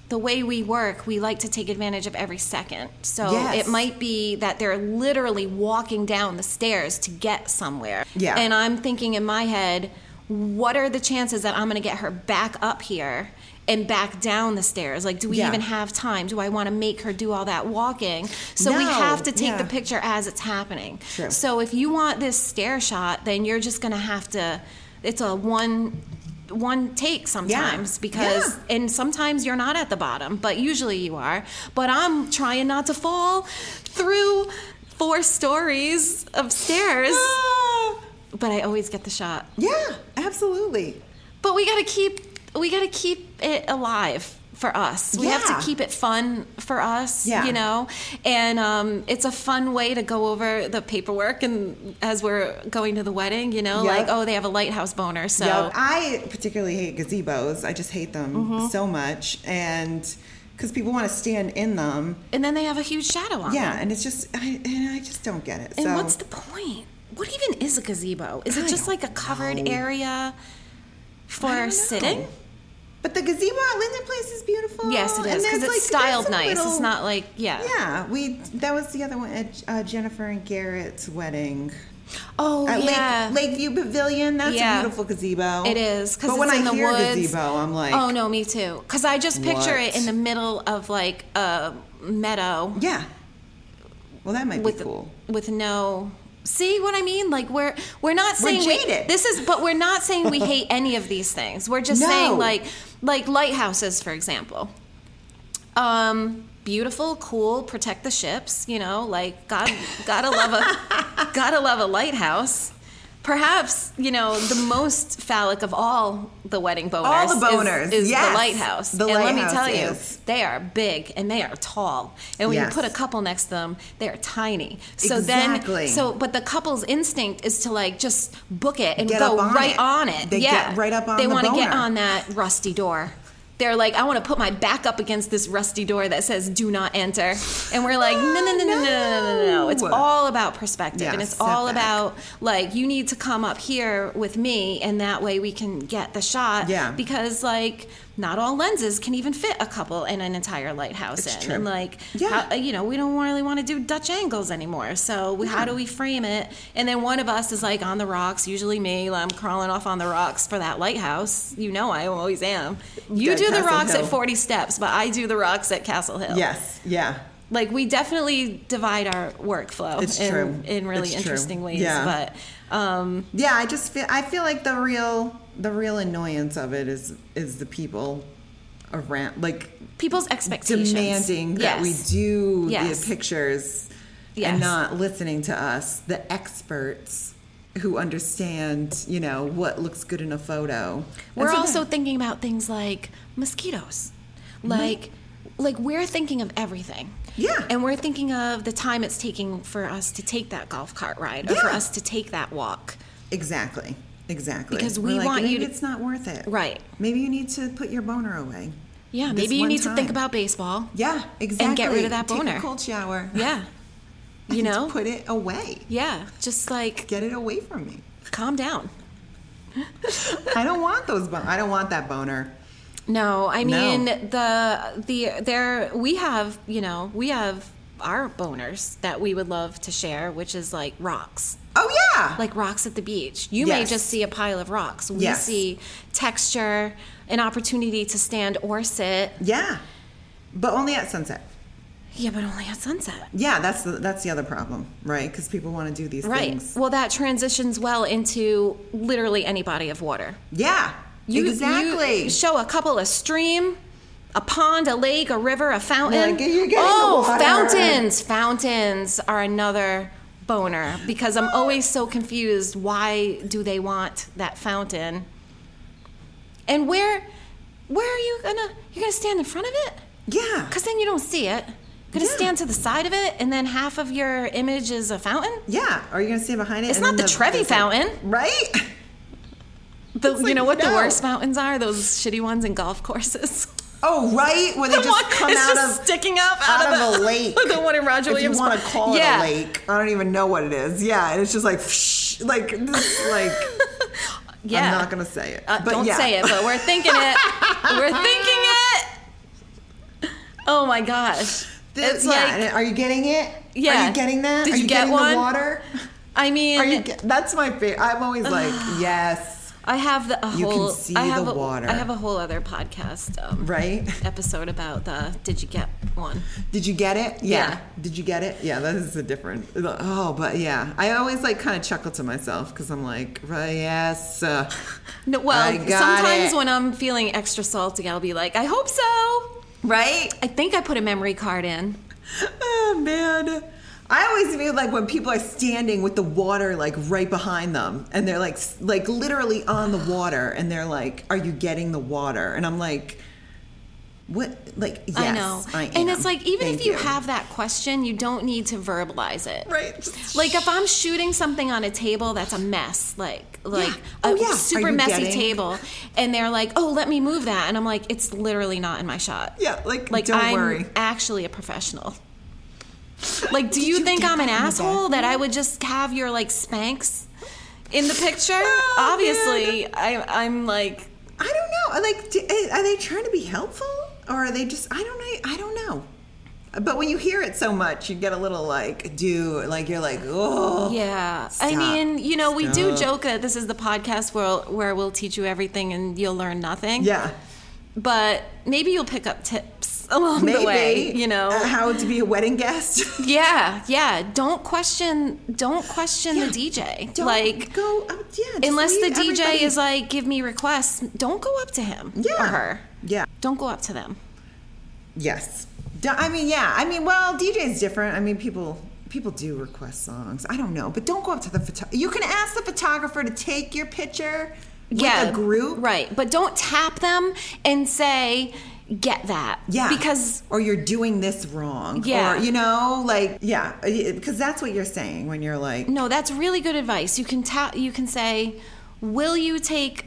[SPEAKER 2] the way we work, we like to take advantage of every second. So
[SPEAKER 3] Yes.
[SPEAKER 2] it might be that they're literally walking down the stairs to get somewhere.
[SPEAKER 3] Yeah.
[SPEAKER 2] And I'm thinking in my head, what are the chances that I'm going to get her back up here and back down the stairs? Like, do we
[SPEAKER 3] Yeah.
[SPEAKER 2] even have time? Do I want to make her do all that walking? So we
[SPEAKER 3] No.
[SPEAKER 2] have to take the
[SPEAKER 3] Yeah.
[SPEAKER 2] picture picture as it's happening.
[SPEAKER 3] True.
[SPEAKER 2] So if you want this stair shot, then you're just gonna have to. It's a one one take sometimes because and sometimes you're not at the bottom, but usually you are. But I'm trying not to fall through four stories of stairs.
[SPEAKER 3] Ah.
[SPEAKER 2] but I always get the shot.
[SPEAKER 3] Yeah, absolutely.
[SPEAKER 2] But we gotta keep we gotta keep it alive for us. We have
[SPEAKER 3] Yeah.
[SPEAKER 2] to keep it fun for us.
[SPEAKER 3] Yeah.
[SPEAKER 2] You know? And um, it's a fun way to go over the paperwork and as we're going to the wedding, you know,
[SPEAKER 3] Yep.
[SPEAKER 2] like, oh they have a lighthouse boner, so
[SPEAKER 3] Yep. I particularly hate gazebos. I just hate them
[SPEAKER 2] Mm-hmm.
[SPEAKER 3] so much, and because people want to stand in them.
[SPEAKER 2] and then they have a huge shadow on
[SPEAKER 3] Yeah,
[SPEAKER 2] them.
[SPEAKER 3] and it's just I, and I just don't get it.
[SPEAKER 2] And
[SPEAKER 3] so
[SPEAKER 2] what's the point? What even is a gazebo? Is it
[SPEAKER 3] I
[SPEAKER 2] just
[SPEAKER 3] don't
[SPEAKER 2] like a covered
[SPEAKER 3] know.
[SPEAKER 2] area
[SPEAKER 3] I don't
[SPEAKER 2] for
[SPEAKER 3] know.
[SPEAKER 2] sitting?
[SPEAKER 3] But the gazebo at Linden Place is beautiful.
[SPEAKER 2] Yes, it
[SPEAKER 3] and
[SPEAKER 2] is because
[SPEAKER 3] there's,
[SPEAKER 2] it's
[SPEAKER 3] like,
[SPEAKER 2] styled
[SPEAKER 3] there's a
[SPEAKER 2] nice. It's
[SPEAKER 3] little-
[SPEAKER 2] not like yeah.
[SPEAKER 3] Yeah, we that was the other one at uh, Jennifer and Garrett's wedding.
[SPEAKER 2] Oh
[SPEAKER 3] At
[SPEAKER 2] yeah.
[SPEAKER 3] Lake, Lakeview Pavilion, that's
[SPEAKER 2] Yeah.
[SPEAKER 3] a beautiful gazebo.
[SPEAKER 2] It is because
[SPEAKER 3] But
[SPEAKER 2] it's
[SPEAKER 3] when
[SPEAKER 2] in
[SPEAKER 3] I
[SPEAKER 2] the
[SPEAKER 3] hear
[SPEAKER 2] woods.
[SPEAKER 3] gazebo, I'm like,
[SPEAKER 2] oh no, me too. Because I just picture it
[SPEAKER 3] What?
[SPEAKER 2] in the middle of like a meadow
[SPEAKER 3] Yeah. Well, that might
[SPEAKER 2] with
[SPEAKER 3] be cool.
[SPEAKER 2] with no. See what I mean? Like we're we're not saying
[SPEAKER 3] jaded.
[SPEAKER 2] We, this is, but we're not saying we hate any of these things. We're just
[SPEAKER 3] No.
[SPEAKER 2] saying like like lighthouses, for example. Um, beautiful, cool, protect the ships. You know, like God, gotta love a gotta love a lighthouse. Perhaps you know the most phallic of all the wedding boners.
[SPEAKER 3] All the
[SPEAKER 2] is-
[SPEAKER 3] boners,
[SPEAKER 2] is,
[SPEAKER 3] yes.
[SPEAKER 2] the lighthouse.
[SPEAKER 3] The
[SPEAKER 2] and
[SPEAKER 3] lighthouse
[SPEAKER 2] let me tell
[SPEAKER 3] is.
[SPEAKER 2] you, they are big and they are tall. And when
[SPEAKER 3] Yes.
[SPEAKER 2] you put a couple next to them, they are tiny. So
[SPEAKER 3] Exactly.
[SPEAKER 2] then, so but the couple's instinct is to like just book it and
[SPEAKER 3] Get
[SPEAKER 2] go
[SPEAKER 3] up on
[SPEAKER 2] right
[SPEAKER 3] it.
[SPEAKER 2] on it.
[SPEAKER 3] They
[SPEAKER 2] yeah,
[SPEAKER 3] get right up on
[SPEAKER 2] They
[SPEAKER 3] the
[SPEAKER 2] wanna get
[SPEAKER 3] boner.
[SPEAKER 2] on that rusty door. They're like, I want to put my back up against this rusty door that says "Do not enter," and we're like, No, no, no, no, no, no, no, no, no. It's
[SPEAKER 3] No.
[SPEAKER 2] all about perspective,
[SPEAKER 3] Yeah,
[SPEAKER 2] and it's
[SPEAKER 3] step
[SPEAKER 2] all
[SPEAKER 3] back.
[SPEAKER 2] about like you need to come up here with me, and that way we can get the shot.
[SPEAKER 3] Yeah.
[SPEAKER 2] because like not all lenses can even fit a couple in an entire lighthouse
[SPEAKER 3] It's
[SPEAKER 2] in,
[SPEAKER 3] true.
[SPEAKER 2] and like
[SPEAKER 3] Yeah.
[SPEAKER 2] how- you know, we don't really want to do Dutch angles anymore. So we, how do we frame it? And then one of us is like on the rocks. Usually me, I'm crawling off on the rocks for that lighthouse. You know, I always am. You
[SPEAKER 3] At
[SPEAKER 2] do the
[SPEAKER 3] Castle
[SPEAKER 2] rocks
[SPEAKER 3] Hill.
[SPEAKER 2] at 40 steps, but I do the rocks at Castle Hill.
[SPEAKER 3] Yes, yeah.
[SPEAKER 2] Like we definitely divide our workflow
[SPEAKER 3] It's
[SPEAKER 2] in,
[SPEAKER 3] true.
[SPEAKER 2] in really
[SPEAKER 3] It's true.
[SPEAKER 2] interesting ways.
[SPEAKER 3] Yeah.
[SPEAKER 2] But um,
[SPEAKER 3] Yeah, I just feel I feel like the real the real annoyance of it is is the people around like
[SPEAKER 2] people's expectations.
[SPEAKER 3] demanding that
[SPEAKER 2] Yes.
[SPEAKER 3] we do
[SPEAKER 2] Yes.
[SPEAKER 3] the pictures
[SPEAKER 2] Yes.
[SPEAKER 3] and not listening to us, the experts who understand, you know, what looks good in a photo.
[SPEAKER 2] We're
[SPEAKER 3] And so
[SPEAKER 2] also thinking about things like mosquitoes. Like like we're thinking of everything.
[SPEAKER 3] Mm-hmm. Yeah.
[SPEAKER 2] And we're thinking of the time it's taking for us to take that golf cart ride or for
[SPEAKER 3] Yeah.
[SPEAKER 2] us to take that walk.
[SPEAKER 3] Exactly. Exactly.
[SPEAKER 2] Because
[SPEAKER 3] We're
[SPEAKER 2] we
[SPEAKER 3] like,
[SPEAKER 2] want
[SPEAKER 3] maybe
[SPEAKER 2] you to-
[SPEAKER 3] it's not worth it.
[SPEAKER 2] Right.
[SPEAKER 3] Maybe you need to put your boner away.
[SPEAKER 2] Yeah,
[SPEAKER 3] This
[SPEAKER 2] maybe you
[SPEAKER 3] one
[SPEAKER 2] need to think
[SPEAKER 3] time.
[SPEAKER 2] about baseball.
[SPEAKER 3] Yeah, exactly.
[SPEAKER 2] rid of that
[SPEAKER 3] Take
[SPEAKER 2] boner.
[SPEAKER 3] a cold shower.
[SPEAKER 2] Yeah.
[SPEAKER 3] I
[SPEAKER 2] You
[SPEAKER 3] need to
[SPEAKER 2] know?
[SPEAKER 3] put it away.
[SPEAKER 2] Yeah, just like
[SPEAKER 3] Get it away from me.
[SPEAKER 2] calm down.
[SPEAKER 3] I don't want those bon- I don't want that boner.
[SPEAKER 2] No, I
[SPEAKER 3] No.
[SPEAKER 2] mean the the there we have, you know, we have our boners that we would love to share, which is like rocks.
[SPEAKER 3] Oh yeah.
[SPEAKER 2] like rocks at the beach. You may
[SPEAKER 3] Yes.
[SPEAKER 2] just see a pile of rocks. We
[SPEAKER 3] Yes.
[SPEAKER 2] see texture, an opportunity to stand or sit.
[SPEAKER 3] yeah. But only at sunset.
[SPEAKER 2] Yeah, but only at sunset.
[SPEAKER 3] Yeah, that's the, that's the other problem, right? Because people want to do these
[SPEAKER 2] Right.
[SPEAKER 3] things.
[SPEAKER 2] Well, that transitions well into literally any body of water.
[SPEAKER 3] Yeah,
[SPEAKER 2] You, you
[SPEAKER 3] exactly.
[SPEAKER 2] show a couple a stream, a pond, a lake, a river, a fountain.
[SPEAKER 3] Like, you're getting
[SPEAKER 2] oh,
[SPEAKER 3] the water.
[SPEAKER 2] fountains! Fountains are another boner because I'm always so confused. Why do they want that fountain? And where, where are you gonna? You're gonna stand in front of it?
[SPEAKER 3] yeah,
[SPEAKER 2] Because then you don't see it. You're gonna
[SPEAKER 3] Yeah.
[SPEAKER 2] stand to the side of it, and then half of your image is a fountain.
[SPEAKER 3] yeah. Are you gonna stand behind it?
[SPEAKER 2] It's
[SPEAKER 3] and
[SPEAKER 2] not
[SPEAKER 3] then
[SPEAKER 2] the Trevi
[SPEAKER 3] there's a-
[SPEAKER 2] fountain.
[SPEAKER 3] right?
[SPEAKER 2] The,
[SPEAKER 3] It's
[SPEAKER 2] you
[SPEAKER 3] like,
[SPEAKER 2] know what the
[SPEAKER 3] no.
[SPEAKER 2] worst fountains are? Those shitty ones in golf courses.
[SPEAKER 3] Oh, right, where they
[SPEAKER 2] The
[SPEAKER 3] just
[SPEAKER 2] one-
[SPEAKER 3] come
[SPEAKER 2] it's
[SPEAKER 3] out
[SPEAKER 2] just
[SPEAKER 3] of
[SPEAKER 2] sticking up out
[SPEAKER 3] out,
[SPEAKER 2] of
[SPEAKER 3] of,
[SPEAKER 2] the-
[SPEAKER 3] a lake.
[SPEAKER 2] the one in Roger
[SPEAKER 3] if
[SPEAKER 2] Williams'
[SPEAKER 3] You want to
[SPEAKER 2] park.
[SPEAKER 3] call
[SPEAKER 2] Yeah.
[SPEAKER 3] it a lake? I don't even know what it is. Yeah, and it's just like, like, this, like.
[SPEAKER 2] Yeah.
[SPEAKER 3] I'm not gonna say it.
[SPEAKER 2] Uh,
[SPEAKER 3] but
[SPEAKER 2] don't
[SPEAKER 3] yeah.
[SPEAKER 2] say it, but we're thinking it. we're thinking it. Oh my gosh.
[SPEAKER 3] This-
[SPEAKER 2] it's
[SPEAKER 3] yeah,
[SPEAKER 2] like-
[SPEAKER 3] and are you getting it? Are
[SPEAKER 2] Yeah.
[SPEAKER 3] you getting that?
[SPEAKER 2] Did
[SPEAKER 3] are
[SPEAKER 2] you
[SPEAKER 3] you,
[SPEAKER 2] get
[SPEAKER 3] getting
[SPEAKER 2] one?
[SPEAKER 3] the water?
[SPEAKER 2] I mean,
[SPEAKER 3] Are you get, that's my favorite. I'm always like, yes,
[SPEAKER 2] I have the, a
[SPEAKER 3] You can
[SPEAKER 2] whole.
[SPEAKER 3] see
[SPEAKER 2] I have
[SPEAKER 3] the
[SPEAKER 2] a,
[SPEAKER 3] water.
[SPEAKER 2] I have a whole other podcast um,
[SPEAKER 3] right.
[SPEAKER 2] episode about the. Did you get one?
[SPEAKER 3] Did you get it?
[SPEAKER 2] Yeah.
[SPEAKER 3] Did you get it? Yeah, that is a different. Oh, but yeah, I always like kind of chuckle to myself because I'm like, right, yes. Uh,
[SPEAKER 2] No, well,
[SPEAKER 3] I got
[SPEAKER 2] sometimes
[SPEAKER 3] it.
[SPEAKER 2] when I'm feeling extra salty, I'll be like, I hope so.
[SPEAKER 3] right?
[SPEAKER 2] I think I put a memory card in.
[SPEAKER 3] Oh man, I always feel like when people are standing with the water like right behind them, and they're like s- like literally on the water, and they're like, "Are you getting the water?" And I'm like, "What? Like yes,
[SPEAKER 2] I know.
[SPEAKER 3] I
[SPEAKER 2] And
[SPEAKER 3] am.
[SPEAKER 2] it's like, even
[SPEAKER 3] Thank
[SPEAKER 2] if you, have that question, you don't need to verbalize it.
[SPEAKER 3] right, just
[SPEAKER 2] Like if I'm shooting something on a table that's a mess, like like
[SPEAKER 3] Oh,
[SPEAKER 2] a
[SPEAKER 3] yeah. Are
[SPEAKER 2] super
[SPEAKER 3] you
[SPEAKER 2] messy
[SPEAKER 3] getting-
[SPEAKER 2] table, and they're like, "Oh, let me move that," and I'm like, "It's literally not in my shot."
[SPEAKER 3] Yeah, like,
[SPEAKER 2] like
[SPEAKER 3] don't
[SPEAKER 2] I'm
[SPEAKER 3] worry.
[SPEAKER 2] actually a professional. Like, do you, think I'm an asshole that I would just have your like Spanx in the picture?
[SPEAKER 3] Oh,
[SPEAKER 2] Obviously, I, I'm like,
[SPEAKER 3] I don't know. I Like, do, are they trying to be helpful, or are they just? I don't know. I don't know. But when you hear it so much, you get a little like, "Do like you're like, oh,
[SPEAKER 2] yeah. I
[SPEAKER 3] Stop.
[SPEAKER 2] mean, you know, we do
[SPEAKER 3] Stop.
[SPEAKER 2] joke that this is the podcast where where we'll teach you everything and you'll learn nothing.
[SPEAKER 3] yeah."
[SPEAKER 2] but maybe you'll pick up tips along
[SPEAKER 3] Maybe
[SPEAKER 2] the way you know
[SPEAKER 3] uh, how to be a wedding guest.
[SPEAKER 2] yeah yeah don't question don't question the dj
[SPEAKER 3] Don't
[SPEAKER 2] like
[SPEAKER 3] go up, yeah. just
[SPEAKER 2] unless the
[SPEAKER 3] leave
[SPEAKER 2] dj
[SPEAKER 3] everybody-
[SPEAKER 2] is like give me requests don't go up to him
[SPEAKER 3] Yeah.
[SPEAKER 2] or her
[SPEAKER 3] Yeah.
[SPEAKER 2] don't go up to them
[SPEAKER 3] yes. D- I mean, yeah. I mean, well, DJ is different. I mean, people people do request songs. I don't know, but don't go up to the photo. You can ask the photographer to take your picture with
[SPEAKER 2] yeah
[SPEAKER 3] a group,
[SPEAKER 2] right but don't tap them and say get that
[SPEAKER 3] Yeah.
[SPEAKER 2] because
[SPEAKER 3] or you're doing this wrong.
[SPEAKER 2] Yeah.
[SPEAKER 3] Or you know, like yeah, because that's what you're saying when you're like
[SPEAKER 2] no that's really good advice you can tap you can say will you take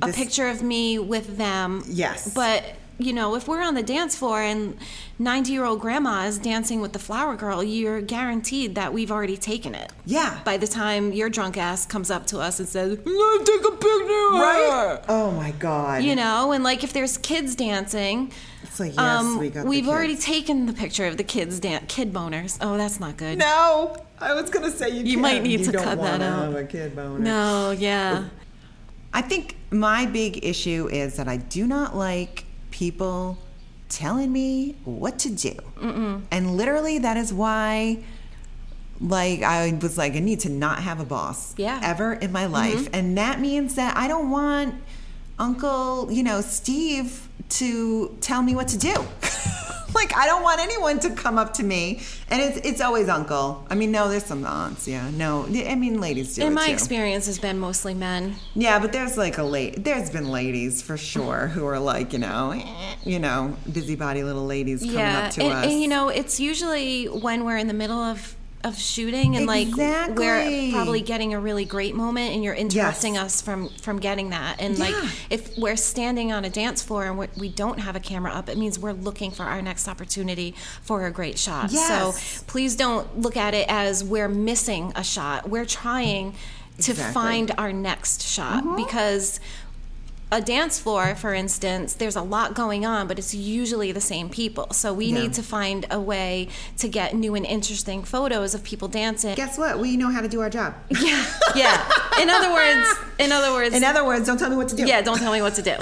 [SPEAKER 2] a
[SPEAKER 3] this-
[SPEAKER 2] picture of me with them.
[SPEAKER 3] Yes.
[SPEAKER 2] But you know, if we're on the dance floor and ninety-year-old grandma is dancing with the flower girl, you're guaranteed that we've already taken it.
[SPEAKER 3] Yeah.
[SPEAKER 2] By the time your drunk ass comes up to us and says, "No, "Take a picture," of
[SPEAKER 3] Right?
[SPEAKER 2] her,"
[SPEAKER 3] Oh my God.
[SPEAKER 2] You know, and like if there's kids dancing,
[SPEAKER 3] It's like, yes, we got the
[SPEAKER 2] have um, already
[SPEAKER 3] kids.
[SPEAKER 2] taken the picture of the kids dance, kid boners. Oh, that's not good.
[SPEAKER 3] No, I was gonna say you.
[SPEAKER 2] You might
[SPEAKER 3] can't-
[SPEAKER 2] need
[SPEAKER 3] you
[SPEAKER 2] to
[SPEAKER 3] don't
[SPEAKER 2] cut that
[SPEAKER 3] wanna
[SPEAKER 2] out.
[SPEAKER 3] Have a kid boner.
[SPEAKER 2] No, yeah.
[SPEAKER 3] I think my big issue is that I do not like people telling me what to do. And literally, that is why, like, I was like, I need to not have a boss
[SPEAKER 2] Yeah.
[SPEAKER 3] ever in my life. And that means that I don't want Uncle, you know, Steve to tell me what to do. like, I don't want anyone to come up to me. And it's, it's always Uncle. I mean, no, there's some aunts, yeah. No, I mean, ladies do it
[SPEAKER 2] In my
[SPEAKER 3] too.
[SPEAKER 2] experience, has been mostly men.
[SPEAKER 3] Yeah, but there's like a late. There's been ladies for sure who are like you know, eh, you know, busybody little ladies coming up to
[SPEAKER 2] and,
[SPEAKER 3] us.
[SPEAKER 2] and, you know, it's usually when we're in the middle of of shooting and like
[SPEAKER 3] Exactly.
[SPEAKER 2] we're probably getting a really great moment and you're interrupting
[SPEAKER 3] Yes.
[SPEAKER 2] us from from getting that and like
[SPEAKER 3] Yeah.
[SPEAKER 2] if we're standing on a dance floor and we're, we don't have a camera up it means we're looking for our next opportunity for a great shot
[SPEAKER 3] Yes.
[SPEAKER 2] so please don't look at it as we're missing a shot we're trying to
[SPEAKER 3] Exactly. Mm-hmm.
[SPEAKER 2] find our next shot because a dance floor, for instance, there's a lot going on, but it's usually the same people. So we
[SPEAKER 3] Yeah.
[SPEAKER 2] need to find a way to get new and interesting photos of people dancing.
[SPEAKER 3] guess what? We know how to do our job.
[SPEAKER 2] yeah. In other words, in other words,
[SPEAKER 3] In other words, don't tell me what to do.
[SPEAKER 2] yeah, don't tell me what to do.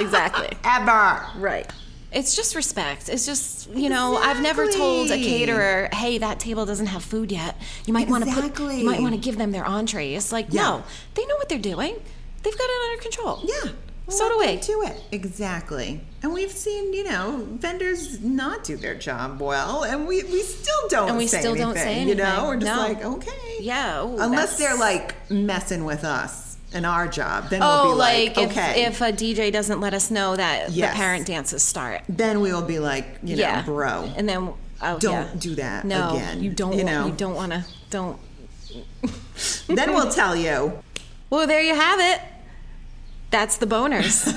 [SPEAKER 2] exactly.
[SPEAKER 3] ever.
[SPEAKER 2] Right. It's just respect. It's just, you know, I've never told a
[SPEAKER 3] Exactly.
[SPEAKER 2] caterer, "Hey, that table doesn't have food yet. You might want to put
[SPEAKER 3] Exactly.
[SPEAKER 2] you might want to give them their entrees." Like,
[SPEAKER 3] Yeah.
[SPEAKER 2] no. They know what they're doing. They've got it under control.
[SPEAKER 3] Yeah.
[SPEAKER 2] So do
[SPEAKER 3] Let
[SPEAKER 2] we.
[SPEAKER 3] them Do it exactly. And we've seen you know vendors not do their job well, and we we still don't.
[SPEAKER 2] And we
[SPEAKER 3] say
[SPEAKER 2] still
[SPEAKER 3] anything,
[SPEAKER 2] don't say
[SPEAKER 3] You know,
[SPEAKER 2] anything.
[SPEAKER 3] we're just
[SPEAKER 2] No.
[SPEAKER 3] like okay.
[SPEAKER 2] Yeah, ooh, that's-
[SPEAKER 3] Unless they're like messing with us and our job, then
[SPEAKER 2] Oh,
[SPEAKER 3] we'll be
[SPEAKER 2] like,
[SPEAKER 3] like, okay.
[SPEAKER 2] if, if a DJ doesn't let us know that
[SPEAKER 3] Yes.
[SPEAKER 2] the parent dances start.
[SPEAKER 3] then we will be like, you know,
[SPEAKER 2] yeah,
[SPEAKER 3] bro.
[SPEAKER 2] And then oh,
[SPEAKER 3] Don't
[SPEAKER 2] yeah.
[SPEAKER 3] do that
[SPEAKER 2] no,
[SPEAKER 3] again,
[SPEAKER 2] You don't.
[SPEAKER 3] you
[SPEAKER 2] want,
[SPEAKER 3] know?
[SPEAKER 2] You don't want to. Don't.
[SPEAKER 3] then we'll tell you.
[SPEAKER 2] Well, there you have it. That's the boners.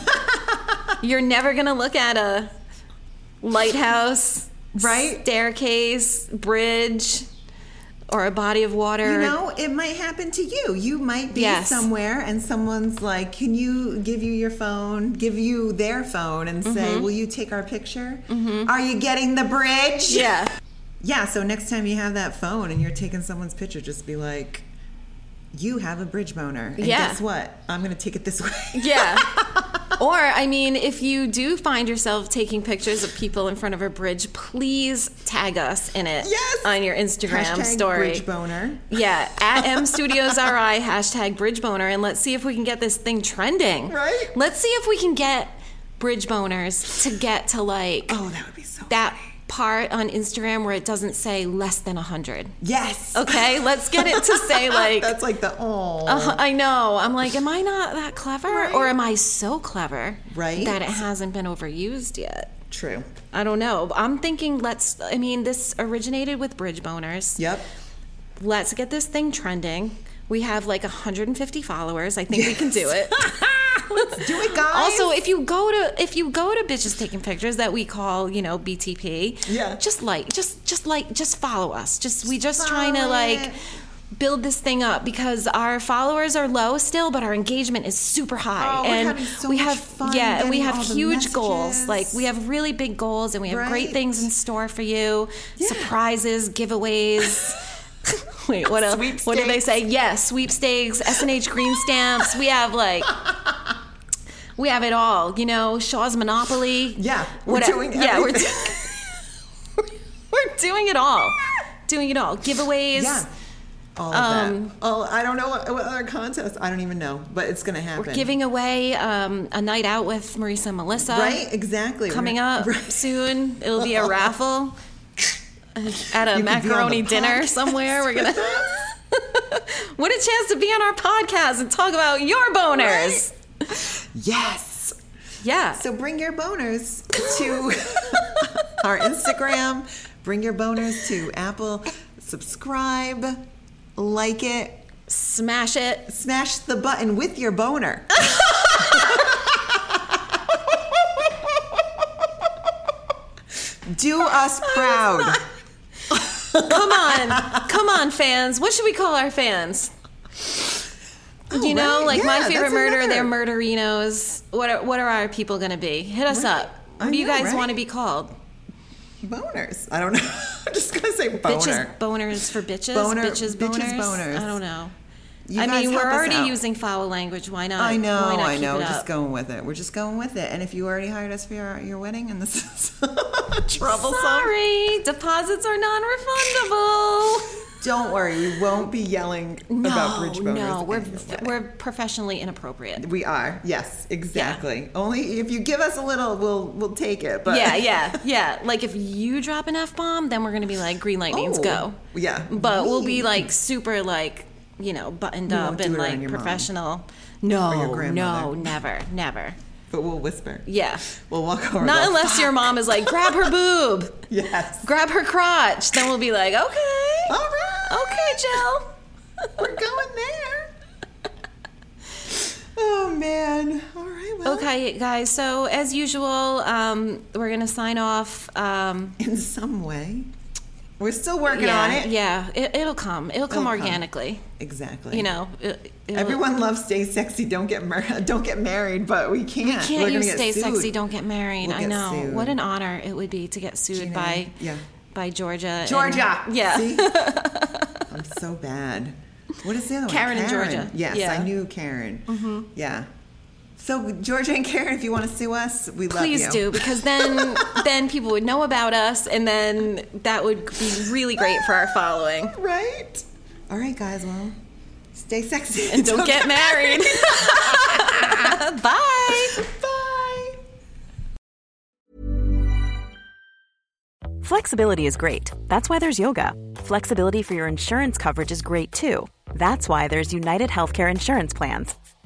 [SPEAKER 2] You're never gonna look at a lighthouse,
[SPEAKER 3] Right?
[SPEAKER 2] Staircase, bridge, or a body of water.
[SPEAKER 3] You know, it might happen to you. You might be
[SPEAKER 2] Yes.
[SPEAKER 3] somewhere and someone's like, "Can you give you your phone? Give you their phone and
[SPEAKER 2] Mm-hmm.
[SPEAKER 3] say, "Will you take our picture? Are you getting the bridge?"
[SPEAKER 2] Yeah.
[SPEAKER 3] Yeah, so next time you have that phone and you're taking someone's picture, just be like, "You have a bridge boner." And
[SPEAKER 2] Yeah.
[SPEAKER 3] guess what? I'm going to take it this way.
[SPEAKER 2] Yeah. or, I mean, if you do find yourself taking pictures of people in front of a bridge, please tag us in it
[SPEAKER 3] Yes.
[SPEAKER 2] on your Instagram
[SPEAKER 3] Hashtag
[SPEAKER 2] story.
[SPEAKER 3] bridge boner.
[SPEAKER 2] Yeah, at M Studios RI, hashtag Bridge Boner, and let's see if we can get this thing trending.
[SPEAKER 3] Right?
[SPEAKER 2] Let's see if we can get Bridge Boners to get to like
[SPEAKER 3] Oh, that would be so
[SPEAKER 2] that part on Instagram where it doesn't say less than 100.
[SPEAKER 3] Yes.
[SPEAKER 2] Okay, let's get it to say like
[SPEAKER 3] That's like the oh.
[SPEAKER 2] Uh, I know. I'm like, am I not that clever, or am I so clever
[SPEAKER 3] Right.
[SPEAKER 2] that it hasn't been overused yet?
[SPEAKER 3] True.
[SPEAKER 2] I don't know. I'm thinking let's. I mean, this originated with bridge boners.
[SPEAKER 3] Yep.
[SPEAKER 2] Let's get this thing trending. We have like 150 followers. I think we can do it.
[SPEAKER 3] Do it, guys.
[SPEAKER 2] Also, if you go to if you go to bitches taking pictures that we call you know BTP,
[SPEAKER 3] Yeah.
[SPEAKER 2] just like just just like just follow us. Just we just
[SPEAKER 3] Follow
[SPEAKER 2] trying to
[SPEAKER 3] it.
[SPEAKER 2] like build this thing up because our followers are low still, but our engagement is super high,
[SPEAKER 3] Oh, we're
[SPEAKER 2] and
[SPEAKER 3] having so
[SPEAKER 2] we
[SPEAKER 3] much
[SPEAKER 2] have
[SPEAKER 3] fun
[SPEAKER 2] yeah, and we
[SPEAKER 3] getting
[SPEAKER 2] have
[SPEAKER 3] all the
[SPEAKER 2] huge goals.
[SPEAKER 3] messages.
[SPEAKER 2] Like we have really big goals, and we have great
[SPEAKER 3] Right.
[SPEAKER 2] things in store for you: surprises, giveaways. Wait, what else? What do they
[SPEAKER 3] Sweepstakes.
[SPEAKER 2] say? Yes, sweepstakes, SNH green stamps. We have like we have it all, you know. Shaw's Monopoly.
[SPEAKER 3] Yeah, we're
[SPEAKER 2] What-
[SPEAKER 3] doing
[SPEAKER 2] Yeah, we're, do-
[SPEAKER 3] everything.
[SPEAKER 2] we're doing it all. Doing it all. Giveaways.
[SPEAKER 3] yeah. All of
[SPEAKER 2] Um,
[SPEAKER 3] that. Oh, I don't know what, what other contest. I don't even know, but it's gonna happen.
[SPEAKER 2] We're giving away um, a night out with Marisa and Melissa.
[SPEAKER 3] right exactly We're
[SPEAKER 2] Um, Coming
[SPEAKER 3] gonna-
[SPEAKER 2] up
[SPEAKER 3] Right.
[SPEAKER 2] soon. It'll be a raffle at a
[SPEAKER 3] You could be on
[SPEAKER 2] macaroni
[SPEAKER 3] the
[SPEAKER 2] dinner
[SPEAKER 3] podcast
[SPEAKER 2] somewhere. We're gonna.
[SPEAKER 3] with us.
[SPEAKER 2] what a chance to be on our podcast and talk about your boners.
[SPEAKER 3] Yes.
[SPEAKER 2] Yeah.
[SPEAKER 3] So bring your boners to our Instagram. Bring your boners to Apple. Subscribe, like it,
[SPEAKER 2] smash it.
[SPEAKER 3] smash the button with your boner. Do us proud.
[SPEAKER 2] Come on. Come on, fans. What should we call our fans? you know,
[SPEAKER 3] right.
[SPEAKER 2] like my
[SPEAKER 3] Yeah,
[SPEAKER 2] favorite
[SPEAKER 3] that's
[SPEAKER 2] murder, they're
[SPEAKER 3] another.
[SPEAKER 2] murderinos. What are, what are our people going to be? Hit us
[SPEAKER 3] Right.
[SPEAKER 2] up.
[SPEAKER 3] I
[SPEAKER 2] What do you
[SPEAKER 3] know,
[SPEAKER 2] guys
[SPEAKER 3] right?
[SPEAKER 2] want to be called?
[SPEAKER 3] Boners. I don't know. I'm just gonna say boner.
[SPEAKER 2] Bitches, boners for bitches,
[SPEAKER 3] Boner-
[SPEAKER 2] bitches, boners.
[SPEAKER 3] bitches, boners.
[SPEAKER 2] I don't know.
[SPEAKER 3] You
[SPEAKER 2] I
[SPEAKER 3] guys
[SPEAKER 2] mean,
[SPEAKER 3] help
[SPEAKER 2] we're
[SPEAKER 3] us
[SPEAKER 2] already
[SPEAKER 3] out.
[SPEAKER 2] using foul language. Why not?
[SPEAKER 3] I know,
[SPEAKER 2] Why not
[SPEAKER 3] I
[SPEAKER 2] keep
[SPEAKER 3] know.
[SPEAKER 2] it
[SPEAKER 3] We're
[SPEAKER 2] up?
[SPEAKER 3] just going with it. We're just going with it. And if you already hired us for your, your wedding and this is troublesome,
[SPEAKER 2] Sorry, deposits are non-refundable.
[SPEAKER 3] don't worry. We won't be yelling about bridge boners.
[SPEAKER 2] Oh, no,
[SPEAKER 3] at
[SPEAKER 2] we're
[SPEAKER 3] your wedding.
[SPEAKER 2] we're professionally inappropriate.
[SPEAKER 3] We are. Yes, exactly. Only if you give us a little, we'll we'll take it. But
[SPEAKER 2] yeah, yeah, yeah. Like if you drop an f bomb, then we're gonna be like green light means
[SPEAKER 3] Oh,
[SPEAKER 2] go.
[SPEAKER 3] yeah.
[SPEAKER 2] but we'll be
[SPEAKER 3] We-
[SPEAKER 2] like super like you know buttoned
[SPEAKER 3] won't
[SPEAKER 2] up
[SPEAKER 3] do
[SPEAKER 2] and
[SPEAKER 3] it around
[SPEAKER 2] like
[SPEAKER 3] your mom.
[SPEAKER 2] professional.
[SPEAKER 3] your
[SPEAKER 2] No, no,
[SPEAKER 3] grandmother.
[SPEAKER 2] never, never.
[SPEAKER 3] But we'll whisper.
[SPEAKER 2] Yeah,
[SPEAKER 3] We'll walk over.
[SPEAKER 2] not
[SPEAKER 3] and go,
[SPEAKER 2] unless your mom is like grab her boob,
[SPEAKER 3] Yes.
[SPEAKER 2] grab her crotch. Then we'll be like okay,
[SPEAKER 3] All right.
[SPEAKER 2] okay, Jill.
[SPEAKER 3] We're going there. oh man. All right. Well.
[SPEAKER 2] Okay, guys. So as usual, um, we're gonna sign off. Um,
[SPEAKER 3] In some way, we're still working
[SPEAKER 2] yeah,
[SPEAKER 3] on it.
[SPEAKER 2] yeah. It, it'll come. It'll come
[SPEAKER 3] It'll come.
[SPEAKER 2] organically.
[SPEAKER 3] Exactly.
[SPEAKER 2] You know. It, it'll-
[SPEAKER 3] Everyone loves stay sexy. Don't get mar- don't get married, but we can't.
[SPEAKER 2] We can't
[SPEAKER 3] We're gonna
[SPEAKER 2] use
[SPEAKER 3] get
[SPEAKER 2] stay
[SPEAKER 3] sued.
[SPEAKER 2] sexy, don't get married.
[SPEAKER 3] We'll
[SPEAKER 2] I
[SPEAKER 3] get
[SPEAKER 2] know.
[SPEAKER 3] sued.
[SPEAKER 2] What an honor it would be to get sued
[SPEAKER 3] Gina,
[SPEAKER 2] by
[SPEAKER 3] yeah.
[SPEAKER 2] by Georgia. and-
[SPEAKER 3] Georgia.
[SPEAKER 2] yeah.
[SPEAKER 3] See? I'm so bad. What is the other
[SPEAKER 2] Karen
[SPEAKER 3] one?
[SPEAKER 2] and Georgia.
[SPEAKER 3] Yes,
[SPEAKER 2] Yeah.
[SPEAKER 3] I knew Karen. Mm-hmm. Yeah. So Georgia and Karen, if you want to sue us, we love you.
[SPEAKER 2] Please do because then then people would know about us and then that would be really great for our following.
[SPEAKER 3] Right. All right, guys. Well, stay sexy
[SPEAKER 2] And don't get married. Bye.
[SPEAKER 3] Bye.
[SPEAKER 8] Flexibility is great. That's why there's yoga. Flexibility for your insurance coverage is great too. That's why there's United Healthcare Insurance Plans.